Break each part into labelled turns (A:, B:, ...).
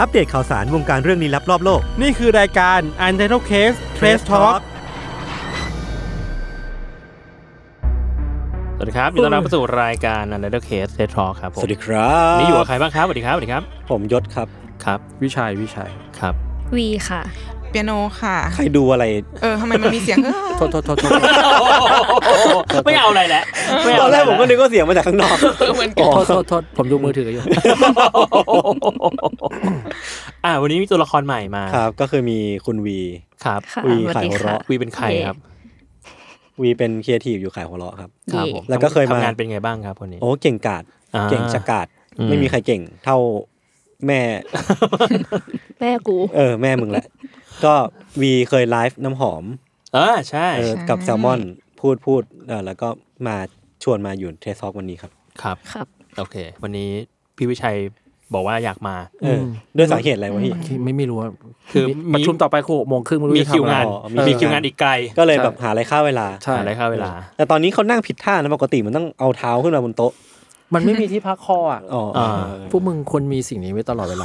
A: อัปเดตข่าวสารวงการเรื่องนี้ลับรอบโลก
B: นี่คือรายการ u n t i t l e d Case Trace Talk สวัสดีครับยินดีต้อนรับเข้าสู่รายการ u n t i t l e d Case Trace Talk ครับผม
A: สวัสดีครับ
B: นี่อยู่กับใครบ้างครับสวัสดีครับสวัสดีครับ
A: ผมยศครับ
B: ครับ
C: วิชัยวิ ชัย
B: ครับ
D: วีค่ะ
E: เปียโนค่ะ
A: ใครดูอะไร
E: เออทำไมมันมีเสียง เออ
C: โทษโทษโทษโทษ
B: ไม่เอาอะไรแหละไม่
A: ตอน
B: เาะไะ
A: แรกผมก็นึกว่าเสียงมาจากข้างนอก
C: โทษโทษโทษผมดูมือถืออยู่
B: อ่าวันนี้มีตัวละครใหม่มา
A: ครับ ก็คือมีคุณวี
B: ครับ
D: ค่ะ
A: วี
D: สวัส
A: ขาย
D: ดี
A: หัว
D: ค่ะ
A: เราะ
B: วีเป็นใครครับ
A: วีเป็นครีเอทีฟอยู่ขายหัวเราะครับ
B: ครับ
D: เย่
B: ผม
A: แล้วก็เคยมา
B: ทำงานเป็นไงบ้างครับคนนี้
A: โอ้เก่งกาด
B: อ่า
A: เก่งชะกาด
B: อืม
A: ไม่มีใครเก่งเท่าแม่
D: แม่กู
A: เออ แม่มึงแหละ ก็วีเคยไลฟ์น้ำหอม
B: เออใช่
A: เออกับแซลมอนพูดพูดเออแล้วก็มาชวนมาอยู่เทสซอกวันนี้ครับ
B: ครับ
D: ครับ
B: โอเค วันนี้พี่วิชัยบอกว่าอยากมา
A: เอออ
C: ม
A: ด้วยสาเหตุอะไรวะพี่
C: ไม่ไม่รู้ว่า
B: คือมี
C: ประชุมต่อไปคือหกโมงครึ่งไม่รู้
B: มี
C: จะทำ
B: คิว
C: อะไร
B: งาน
A: อ๋อมี
B: มีคิวงานอีกไกล
A: ก็เลย
C: ใช่
A: แบบหาอะไรค่าเวลา
C: ใช่
B: อะไรครับเวลา
A: แต่ตอนนี้เขานั่งผิดท่านะปกติมันต้องเอาเท้าขึ้นมาบนโต๊ะ
C: มันไม่มีที่พักคออ่ะ
A: อ๋อ
B: อ่า
C: พวกมึงควรมีสิ่งนี้ไว้ตลอดเวลา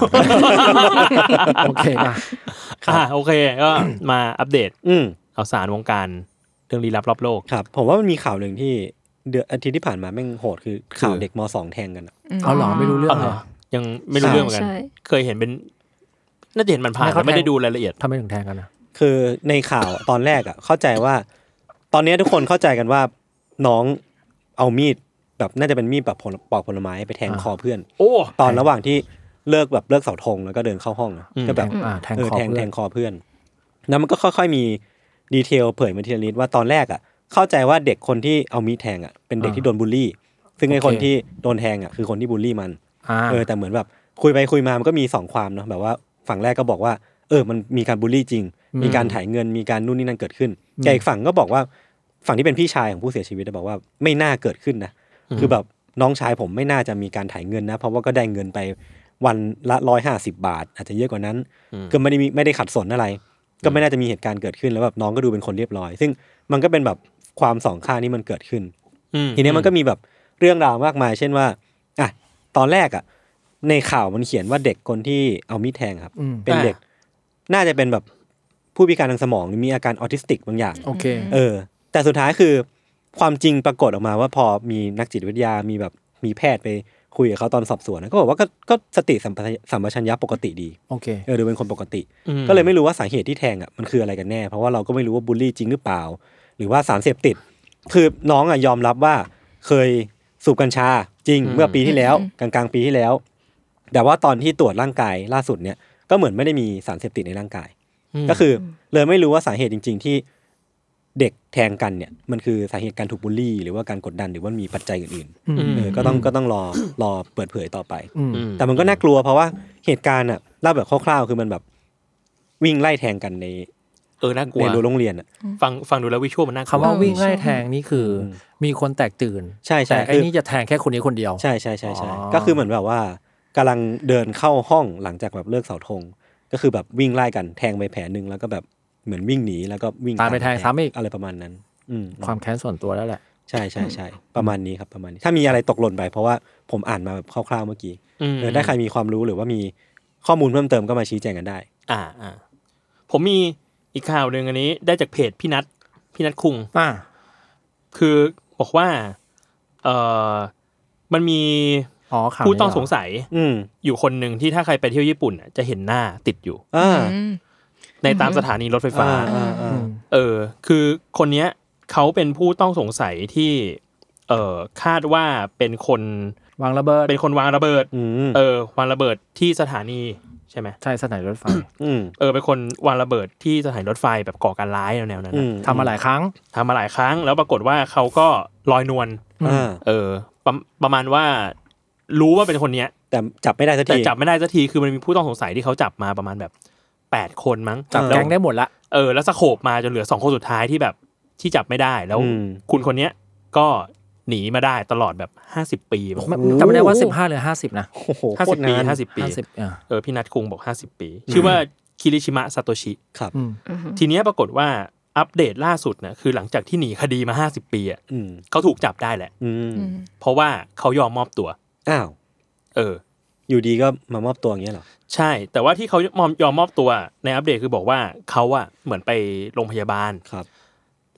C: โอเคอ่ะ
B: อ่าโอเคก็ มาอัปเดต
A: อืม
B: เอาสารวงการเรื่องลี้ลับรอบโลก
A: ครับ ผมว่ามันมีข่าวหนึ่งที่เดือนอาทิตย์ที่ผ่านมาแม่งโหดคือข่าวเด็กมสองแทงกันอะ
C: เอาเหรอไม่รู้เรื่อง
B: เอาเห
C: เล
B: ร
C: ย
B: อ ยังไม่รู้
A: ใช่
B: เรื่องเหมือนกัน
D: ใช่
B: เคยเห็นเป็น น่าจะเห็นมันผ่าน
C: ไม่
B: แต่
C: เข้า
B: ไม่ได้
C: ใจ
B: ดูรายละเอียด
C: ทำไมถึงแทงกันนะ
A: คือในข่าวตอนแรกอ่ะ เข้าใจว่า ตอนนี้ทุกคนเข้าใจกันว่า น้องเอามีดแบบน่าจะเป็นมีดแบบผลปอกผลไม้ไปแทงคอเพื่อน
B: โอ้
A: ตอนระหว่างที่เลิกแบบเลิกเสาธงแล้วก็เดินเข้าห้องนะ
B: อืม
A: ก็แบบ
C: อ่าแทง
A: เออ
C: คอ
A: แทง
C: เพื่
A: แท
C: อน
A: งคอเพื่อน แล้วมันก็ค่อยๆมีดีเทลเผยมาทีละนิดว่าตอนแรกอ่ะ เข้าใจว่าเด็กคนที่เอามีดแทงอ่ะเป็นเด็กที่โดนบูลลี่ ซึ่งไอ้คนที่โดนแทงอ่ะคือคนที่บูลลี่มัน
C: อ่า
A: เออแต่เหมือนแบบคุยไปคุยมามันก็มีสองความเนาะแบบว่าฝั่งแรกก็บอกว่า เออมันมีการบูลลี่จริง มีการถ่ายเงินมีการนู่นนี่นั่นเกิดขึ้นแต่อีกฝั่งก็บอกว่าฝั่งที่เป็นพี่ชายของผู้เสียชีวิตอะบอกว่าไม่น่าเกิดขึ้นนะคือแบบน้องชายผมไม่น่าจะมีการถ่ายเงินนะ เพราะว่าก็ได้เงินไปวันละร้อยห้าสิบาท อาจจะเยอะกว่านั้น ก็ไม่ได้มีไม่ได้ขัดสนอะไร ก็ไม่น่าจะมีเหตุการณ์เกิดขึ้นแล้วแบบน้องก็ดูเป็นคนเรียบร้อย ซึ่งมันก็เป็นแบบความสองข้างนี้มันเกิดขึ้น
B: อื
A: ทีเนี้ยมันก็มีแบบเรื่องราวมากมาย เช่นว่าอ่ะตอนแรกอ่ะ ในข่าวมันเขียนว่าเด็กคนที่เอามีดแทงครับ
C: อืม
A: เป็นเด็ก น่าจะเป็นแบบผู้พิการทางสมองหรือมีอาการออทิสติกบางอย่าง
C: โอเค
A: เออ แต่สุดท้ายคือ ความจริงปรากฏออกมาว่าพอมีนักจิตวิทยามีแบบมีแพทย์ไปคุยกับเขาตอนสอบสวนนะก็บอกว่าก็ก็สติสัมปชัญสัมปชัญญะปกติดี
C: โอเค
A: เออดูเป็นคนปกติ
B: อื
A: ก็เลยไม่รู้ว่าสาเหตุที่แทงอ่ะมันคืออะไรกันแน่ เพราะว่าเราก็ไม่รู้ว่าบูลลี่จริงหรือเปล่า หรือว่าสารเสพติด คือน้องอ่ะยอมรับว่าเคยสูบกัญชาจริงเมื่อปีที่แล้วกลางกลางๆปีที่แล้ว แต่ว่าตอนที่ตรวจร่างกายล่าสุดเนี่ยก็เหมือนไม่ได้มีสารเสพติดในร่างกาย
B: ม
A: ก็คือเลยไม่รู้ว่าสาเหตุจริง ๆ ที่เด็กแทงกันเนี่ยมันคือสาเหตุการถูกบูลลี่ หรือว่าการกดดันหรือว่ามีปัจจัยอื่น
C: อืม
A: ๆเออก็ต้องก็ต้องรอรอเปิดเผยต่อไป
C: อืม
B: อื
A: แต่มันก็น่ากลัวเพราะว่าเหตุการณ์อะเล่าแบบคร่าวๆ คือมันแบบวิ่งไล่แทงกันใน
B: เออน่ากลัว
A: ในรั้วโรงเรียนอะ
B: ฟังฟังดูแล้ววิชวลมันน่ากลั
C: คำว่าวิ่งไล่แทงนี่คืออ
A: ม
C: มีคนแตกตื่น
A: ใช่ใช่
C: แต่ไอ้
A: คือ
C: นี่จะแทงแค่คนนี้คนเดียว
A: ใช่ใช่ใช่ใช่
C: อ๋อ
A: ก็คือเหมือนแบบว่ากำลังเดินเข้าห้องหลังจากแบบเลิกเสาธงก็คือแบบวิ่งไล่กันแทงไปแผลหนึ่งแล้วก็แบบเหมือนวิ่งหนีแล้วก็วิ่ง
C: ตามไปแทงซ้ำอีก
A: อะไรประมาณนั้น อืม
C: ความแค้นส่วนตัวแล้วแหละ
A: ใช่ใช่ใช่ประมาณนี้ครับประมาณนี้ถ้ามีอะไรตกหล่นไปเพราะว่าผมอ่านมาแบบคร่าวๆเมื่อกี้
B: อืม
A: เออได้ใครมีความรู้หรือว่ามีข้อมูลเพิ่มเติมก็มาชี้แจงกันได้
B: อ่าอ่าผมมีอีกข่าวหนึ่งอันนี้ได้จากเพจพี่นัทพี่นัทคุง
C: อ่า
B: คือบอกว่า เออมันมี
C: อ๋อข่าว
B: ผู้ต้อง
C: นี้เหร
B: สงสัย
A: อืม
B: อยู่คนหนึ่งที่ถ้าใครไปเที่ยวญี่ปุ่นน่ะจะเห็นหน้าติดอยู่
A: อ่า
B: ในตามสถานีรถไฟฟ้า
A: อ่าอ่า
C: อืม
B: เออ คือคนเนี้ยเขาเป็นผู้ต้องสงสัยที่ เออคาดว่าเป็นคน
C: วางระเบิด
B: เป็นคนวางระเบิด
A: อืม
B: เออ วางระเบิดที่สถานีใช่ไหม
C: ใช่สถานีรถไฟ
A: อืม
B: เออเป็นคนวางระเบิดที่สถานีรถไฟแบบก่อการร้ายแนวๆนั้น
A: อืม
B: น่ะ
C: ทำมาหลายครั้ง
B: ทำมาหลายครั้งแล้วปรากฏว่าเขาก็ลอยนวล
A: อ่า
B: เออประประมาณว่า รู้ว่าเป็นคนเนี้ย
A: แต่จับไม่ได้สัก
B: แต่
A: ที
B: จับไม่ได้สักทีคือมันมีผู้ต้องสงสัยที่เขาจับมาประมาณแบบแปดคนมั้ง
C: จับ
B: ล้ว
C: แก๊งได้หมดละ
B: เออแล้วสโคบมาจนเหลือสองคนสุดท้ายที่แบบที่จับไม่ได้แล้ว
A: อืม
B: คุณคนเนี้ยก็หนีมาได้ตลอดแบบห้าสิบ50 ปีมั้ง
C: จำไม่ได้ว่า 15หรือ50 นะ
A: โอ้โห
B: ห้า
A: โค
B: สิ
A: ต
B: บ
A: ร
B: ปี
A: นาน
B: ห้าสิบปี
C: 50อ่า
B: เออพี่นัทคุงบอกห้าสิบปี ชื่อว่าคิริชิมะซาโตชิ
A: ครับ
C: อืม
B: ทีเนี้ยปรากฏว่าอัปเดตล่าสุดนะคือหลังจากที่หนีคดีมาห้าสิบปีอ่ะ
A: อืม
B: เขาถูกจับได้แหละ
A: อืม
E: อืม
B: เพราะว่าเขายอมมอบตัว
A: อ้าว
B: เออ
A: อยู่ดีก็มามอบตัวอย่างเงี้ยเหรอ
B: ใช่ แต่ว่าที่เขามอมยอมมอบตัวในอัปเดตคือบอกว่าเขาอะเหมือนไปโรงพยาบาล
A: ครับ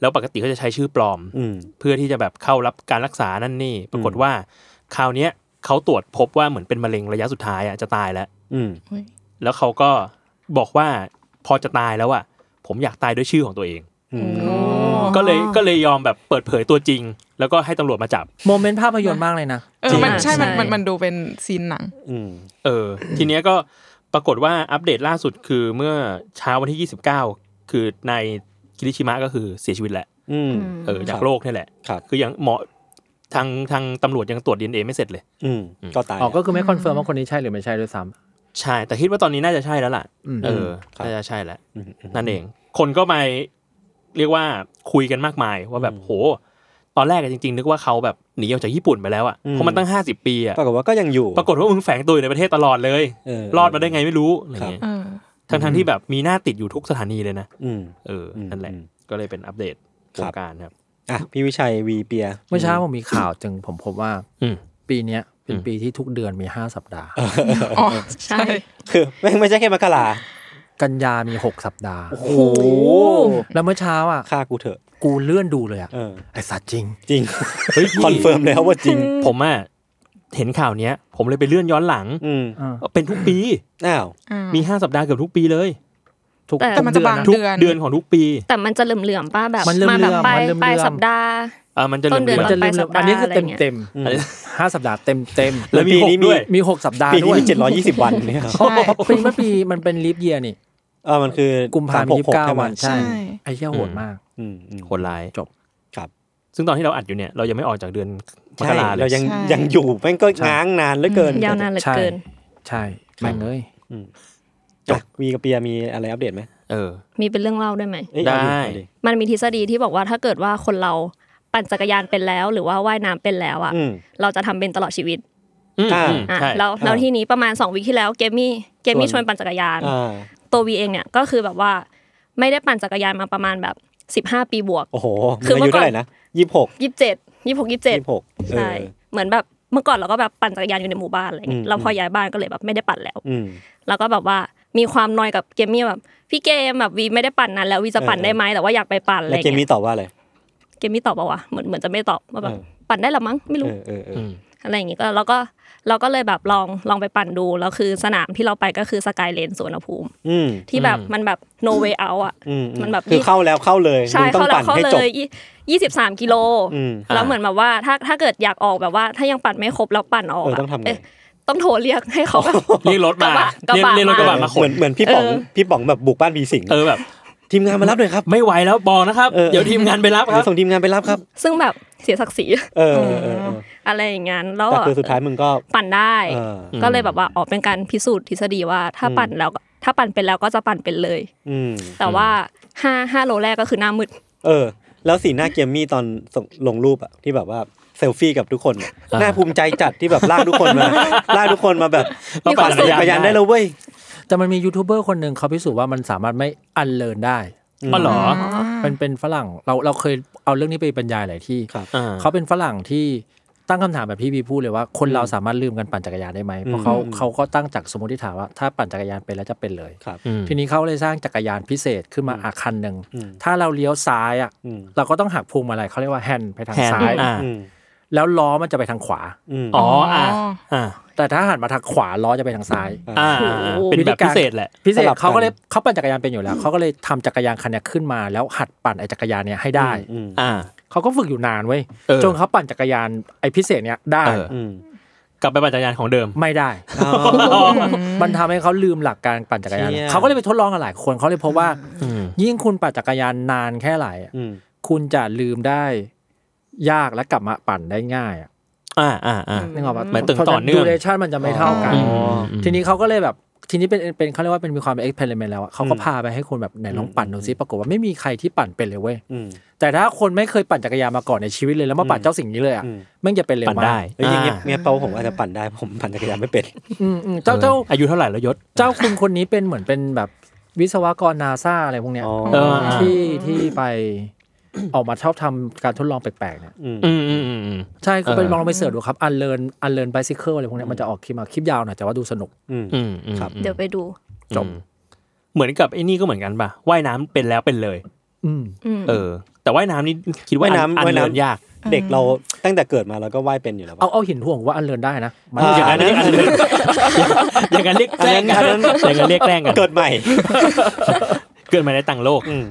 B: แล้วปกติเขาจะใช้ชื่อปลอม
A: อืม
B: เพื่อที่จะแบบเข้ารับการรักษานั่นนี่ ปรากฏว่า คราวเนี้ยเขาตรวจพบว่าเหมือนเป็นมะเร็งระยะสุดท้ายอะจะตายแล้ว
A: อืม
B: แล้วเขาก็บอกว่าพอจะตายแล้วอะผมอยากตายด้วยชื่อของตัวเอง
A: อืม
B: ก็เลยก็เลยยอมแบบเปิดเผยตัวจริง แล้วก็ให้ตำรวจมาจับ
C: โมเมนต์ภาพยนตร์มากเลยนะ
E: เออมันใช่มันมันมันดูเป็นซีนหนัง
A: อืม
B: เออ ทีเนี้ยก็ปรากฏว่าอัปเดตล่าสุดคือเมื่อเช้าวันที่ 29 คือนายคิริชิมะก็คือเสียชีวิตแหละ
A: อืม
B: เออ
A: ค
B: จา
A: รั
B: ก
A: บ
B: โรคนี่แหละ
A: ครับ
B: คือยังหมอทางทางตำรวจยังตรวจ DNA ไม่เสร็จเลย
A: อืมก็ตาย
C: ออก
A: แล้ว
C: ก็คือไม่คอนเฟิร์มว่าคนนี้ใช่หรือไม่ใช่ด้วยซ้
B: ใช่ แต่คิดว่าตอนนี้น่าจะใช่แล้วล่ะ
C: อืม
B: เออ
A: ครับ
B: น่าจะใช่แล้ว
A: อืมอืม
B: นั่นเอง คนก็ไปเรียกว่าคุยกันมากมายว่าแบบโห ตอนแรกอะจริง ๆ นึกว่าเขาแบบหนีออกจากญี่ปุ่นไปแล้วอ่ะ
A: อืม
B: เพราะมันตั้ง 50 ปีอ่ะ
A: ปรากฏว่าก็ยังอยู่
B: ปรากฏว่ามึงแฝงตัวอยู่ในประเทศตลอดเลย
A: เออ
B: รอดมาได้ไงไม่รู้อะไรอย่างเงี้ย
E: เออ
B: ทั้งๆที่แบบมีหน้าติดอยู่ทุกสถานีเลยนะ
A: อืม
B: เออ
A: อืม
B: นั่นแหละ
A: อืม
B: ก็เลยเป็นอัปเดตโค
A: ค
B: ร
A: รับ
B: งการครับ
A: อ่ะพี่วิชัยวีเปีย
C: ำเมื่อเช้าผมมีข่าวจึงผมพบว่า
B: อืม
C: ปีเนี้ยเป็นปีที่ทุกเดือนมี 5 สัปดาห์
E: อ๋อ
D: ใช่
E: ใช่
A: คือ แม่งไม่ใช่แค่มกรา
C: กันยามี 6 สัปดาห์
A: โอ้โห
C: แล้วเมื่อเช้าอ่ะ
A: ฆ่ากูเถอะ
C: กูเลื่อนดูเลยอ่ะ
A: เออ
C: ไอสัตว์จริง
A: จริง คอนเฟิร์มแล้วว่าจริง
B: ผมอ่ะเห็นข่าวเนี้ย ผมเลยไปเลื่อนย้อนหลัง
A: อืม
B: เป็นทุกปี
A: อ้าว
B: มี 5 สัปดาห์เกือบทุกปีเลย
C: ทุก
D: แต่
E: แต่มันจะบาง
B: ทุก
E: เดือน
B: เดือนของทุกปี
D: แต่มันจะเหลื่อมๆป้าแบบ
C: มันเลื่อม
D: มาแบบ
C: ๆ
D: ปลา
C: มั
D: ย
C: นเลื่อมๆ
D: ปลายสัปดาห์
B: เอ่ามันจะเห
D: ต้นเดื
B: ลื่
D: อน
B: อม
C: มั
B: ๆ
C: นจะลืม
D: ไปสัปดาห์
C: อันนี้คือ
D: อะไร
C: เต็ม
D: เงี้ย
C: เต็มๆ
A: อืม
C: ห้าสัปดาห์เต็มเต็มๆ
B: แล้วมี
A: ปีนี้
B: หกด้วย
C: มีหกสัปดาห์
A: ปี
C: ด้
A: นี้
C: วย
A: มีเจ็ดร้อยยี่สิบวันเนี่ย
E: ใช่
C: ปีเมื่อปีมันเป็นลิฟเยียนี่
A: เออมันคือ
C: กุมภาพันธ์ยี่สิบเก้า
A: 366
C: วัน
A: ใช่ไหม
E: ใช่
C: ไอ้เหี้ยโหดมาก
A: อืมอืม
B: โหดร้าย
C: จบ
A: ครับ
B: ซึ่งตอนที่เราอัดอยู่เนี่ยเรายังไม่ออกจากเดือนมก
A: ใช่
B: ราเล
A: เรา
B: ย
A: ยัง
E: ใช่
A: ยังอยู่แม่งก็ง้างนานเหลือเกิน
D: ยาวนานเหลือ
C: ใช่
D: เกิน
C: ใช่แม่งเอ้ย
A: อ่ะวีกับเปียมีอะไรอัปเดตไหม
B: เออ
D: มีเป็นเรื่องเล่าได้ไหม
A: เอ้ย
B: ได้
A: เอาเอา
D: มันมีทฤษฎีที่บอกว่าถ้าเกิดว่าคนเราปั่นจักรยานเป็นแล้ว หรือว่าว่ายน้ำเป็นแล้วอ่ะ
A: อืม
D: เราจะทำเป็นตลอดชีวิต
B: อืม
A: อ่า
B: อืม
D: อ่ะ
B: ใช่
D: แล้วแล้วที่นี้ประมาณ 2วิคที่แล้วเกมมี่เกมมี่ชวนปั่นจักรยาน
A: อ่า
D: ตัววีเองเนี่ยก็คือแบบว่าไม่ได้ปั่นจักรยานมาประมาณแบบ 15 ปีบวก
A: โอ้โห
D: คือ
A: มัน
D: เมื่
A: อายุเท่า
D: อก่อน
A: ไหร่นะยี่สิบหก
D: ยี่สิบเจ็ดยี่สิบหกยี่สิบเจ็ด
A: ยี่สิบหกเอ
D: ใช่
A: อ
D: เหมือนแบบเมื่อก่อนเราก็แบบปั่นจักรยานอยู่ในหมู่บ้านอะไรเงี้
A: อืม
D: ยเราพอย้ายบ้านก็เลยแบบไม่ได้ปั่นแล้ว
A: อืม
D: แล้วก็แบบว่ามีความนอยกับเกมมี่แบบพี่เกมแบบวีไม่ได้ปั่นนั้นแล้ววีจะปั่น
A: เออ
D: ได้ไหมแต่ว่าอยากไปปั่นอะไร
A: แล้วเกม
D: เงี้
A: นี้
D: ย
A: ตอบว่าอะไร
D: เกมมี่ตอบว่าวะเหมือนเหมือนจะไม่ตอบว่าแบบ
A: เออ
D: ปั่นได้หรอมั้งไม่
A: เอ
D: รู้
A: อเออเออ
B: อืม
D: อะไรอย่างงี้ก็เราก็เราก็เลยแบบลองลองไปปั่นดูแล้วคือสนามที่เราไปก็คือสกายเลนสวนภูมิ
A: อืม
D: ที่แบบมันแบบ no way out อ่ะ
A: อืม
D: มันแบบ
A: คือเข้าแล้วเข้าเลย
D: ใช่
A: มึงต้อปั่
D: เข้าง แล้วน เข้า
A: ให้
D: เล
A: จบ
D: ยยี่สิบสามกิโล
A: อืม
D: แล้วเหมือนแบบว่าถ้าถ้าเกิดอยากออกแบบว่า ถ้ายังปั่นไม่ครบแล้วปั่นออก
A: เออ
D: อะ
A: ต้องทำไง
D: เอ๊ะต้องโทรเรียกให้เขา
B: เรียกรถมาก
D: ระ
B: เรียก
D: บะ
B: เรียกรถก
D: ก
B: ระ
D: ระ
B: บะ
D: บะ
B: มาข
A: เห
B: น
A: มือนเหมือนพี่ป๋อง
D: เออ
A: พี่ป๋องแบบบุกบ้านวีสิง
B: เออแบบ
A: ทีมงานมารับหน่อยครับ
B: ไม่ไหวแล้วบอกนะครับ เดี๋ยวทีมงานไปรับค
A: เดี๋
B: รั
A: ย
B: บ
A: วส่งทีมงานไปรับครับ
D: ซึ่งแบบเสียศักดิ์ศรี
A: เออเออเออเออ
D: อะไรอย่างงั้นแล้ว
A: แต่คือสุดท้ายมึงก็
D: ปั่นได้
A: เออ
D: ก็เลยแบบว่าออกเป็นการพิสูจน์ทฤษฎีว่าถ้าปั่นแล้วก็ถ้าปั่นเป็นแล้วก็จะปั่นเป็นเลย
A: อืม
D: แต่ว่าห้าห้าโลแรกก็คือหน้ามืด
A: เออ แล้วสีหน้าเกมมี่ตอนส่งลงรูปอะที่แบบว่าเซลฟี่กับทุกคนอะ
B: อ่า
A: น่าภูมิใจจัดที่แบบลากทุกคน มา ลากทุกคนมาแบบ
B: มีความสุข
A: ปั่นจักรยานได้แล้วเว้ย
C: แต่มันมียูทูบเบอร์คนหนึ่งเขาพิสูจน์ว่ามันสามารถไม่อันเลินได้
B: อ๋อเหรอ
C: เป็นเป็นฝรั่งเราเราเคยเอาเรื่องนี้ไปบรรยายหลายที่
A: ครับ
B: อ่า
C: เขาเป็นฝรั่งที่ตั้งคำถามแบบพี่บีพูดเลยว่า คนเราสามารถลืมกันปั่นจักรยานได้ไหมเพราะเขา
A: อืม
C: เขาก็ตั้งจากสมมติฐานว่าถ้าปั่นจักรยานเป็นแล้วจะเป็นเลย
A: ครับ
B: อืม
C: ทีนี้เขาเลยสร้างจักรยานพิเศษขึ้นมาอาคันหนึ่ง
A: อืม
C: ถ้าเราเลี้ยวซ้ายอ่ะ
A: อืม
C: เราก็ต้องหักพวงมาลัยเขาเรียกว่าแฮนด์ไปทาง
B: แทน
C: ซ้าย
B: อ่า
A: อืม
C: แล้วล้อมันจะไปทางขวา
A: อืม
B: อ๋ออ่าอ่า
C: แต่ถ้าหันมาทางขวาล้อจะไปทางซ้าย
B: อ่าเป็นแบบพิเศษแหละ
C: พิเศ
A: ส
C: ษ
A: ลับกัน
C: เขาก็เลยเขาปั่นจักรยานเป็นอยู่แล้วเขาก็เลยทำจักรยานคันเนี้ยขึ้นมาแล้วหัดปั่นไอ้จักรยานเนี้ยให้ได้
A: อืม
B: อ่า
C: เขาก็ฝึกอยู่นานเว้ย
B: เออ
C: จนเขาปั่นจักรยานไอ้พิเศษเนี้ยได้
B: เออ
A: อืม
B: กลับไปปั่นจักรยานของเดิม
C: ไม่ได้ มันทำให้เขาลืมหลักการปั่นจักรยาน
A: เชี่ย
C: เขาก็เลยไปทดลองกับหลายคนเขาเลยพบว่า ยิ่งคุณปั่นจักรยานนานแค่ไหนอะ
A: อืม
C: คุณจะลืมได้ยากและกลับมาปั่นได้ง่ายอะ
B: อ่าอ่าอ่า
C: นึกออกปะ
B: หมายถึงต่อเนื่อง
C: ดูเรชั่นมันจะไม่เท่ากัน
B: อ๋อ
C: ทีนี้เขาก็เลยแบบทีนี้เป็นเป็นเขาเรียกว่าเป็นมีความเป็นเอ็กเพร์เมนต์แล้วอะเขาก็พาไปให้คนแบบไหนลองปั่นดูซิปรากฏว่าไม่มีใครที่ปั่นเป็นเลยเว้ย
A: อืม
C: แต่ถ้าคนไม่เคยปั่นจักรยานมาก่อนในชีวิตเลยแล้วมาปั่นเจ้าสิ่งนี้เลยอะ
A: อืม
C: แม่งจะเป็นเร็ว
B: ปั่น
C: มา
B: ได้
C: ก
A: เอ้ยอย่างเงี้ย
B: อ่า
A: เมียเปาผมอาจจะปั่นได้ผมปั่นจักรยานไม่เป็น
C: อืมอืมเจ้าเจ้า
B: อายุเท่าไหร่แล้วยศ
C: เจ้าคุณคนนี้เป็นเหมือนเป็นแบบวิศวกรนาซาอะไรพวกเนี้ย
A: อ๋อ
B: เออ
C: ที่ที่ไป ออกมาชอบทำการทดลองแปลกๆเนี่ย
A: อืม
B: อืมอืมอืมอืม
C: ใช่ก็ไป
B: เออ
C: ลองไปเสิร์ชดูครับอันเลินอันเลินไบซิเคิลอะไรพวกเนี้ยมันจะออกคลิปมาคลิปยาวหน่อยแต่ว่าดูสนุก
A: อืม
B: อืมอืม
A: ครับ
D: เดี๋ยวไปดู
B: จบเหมือนกับไอ้นี่ก็เหมือนกันป่ะว่ายน้ำเป็นแล้วเป็นเลย
C: อืม
D: อืม
B: เออ แต่ว่ายน้ำนี่คิดว่า
A: ว่ายน้ำ
B: อัน
A: ว่ายน้ำ
B: เดินยาก
A: เด็กเราตั้งแต่เกิดมาเราก็ว่ายเป็นอยู่แล้วปะ
C: เอาเอาหินห่วงว่าอันเลินได้นะมัน
A: อ่า
B: อย่างนั้น
A: อันนั้นอันนั้น
B: อย่างนั้นเรียกแกล้งกั
A: อั
B: น
A: นนั้น
B: อย่างนั้นเรียกแกล้งกัน
A: เกิดใหม่
B: เกิดมาในต่างโลก
A: อืม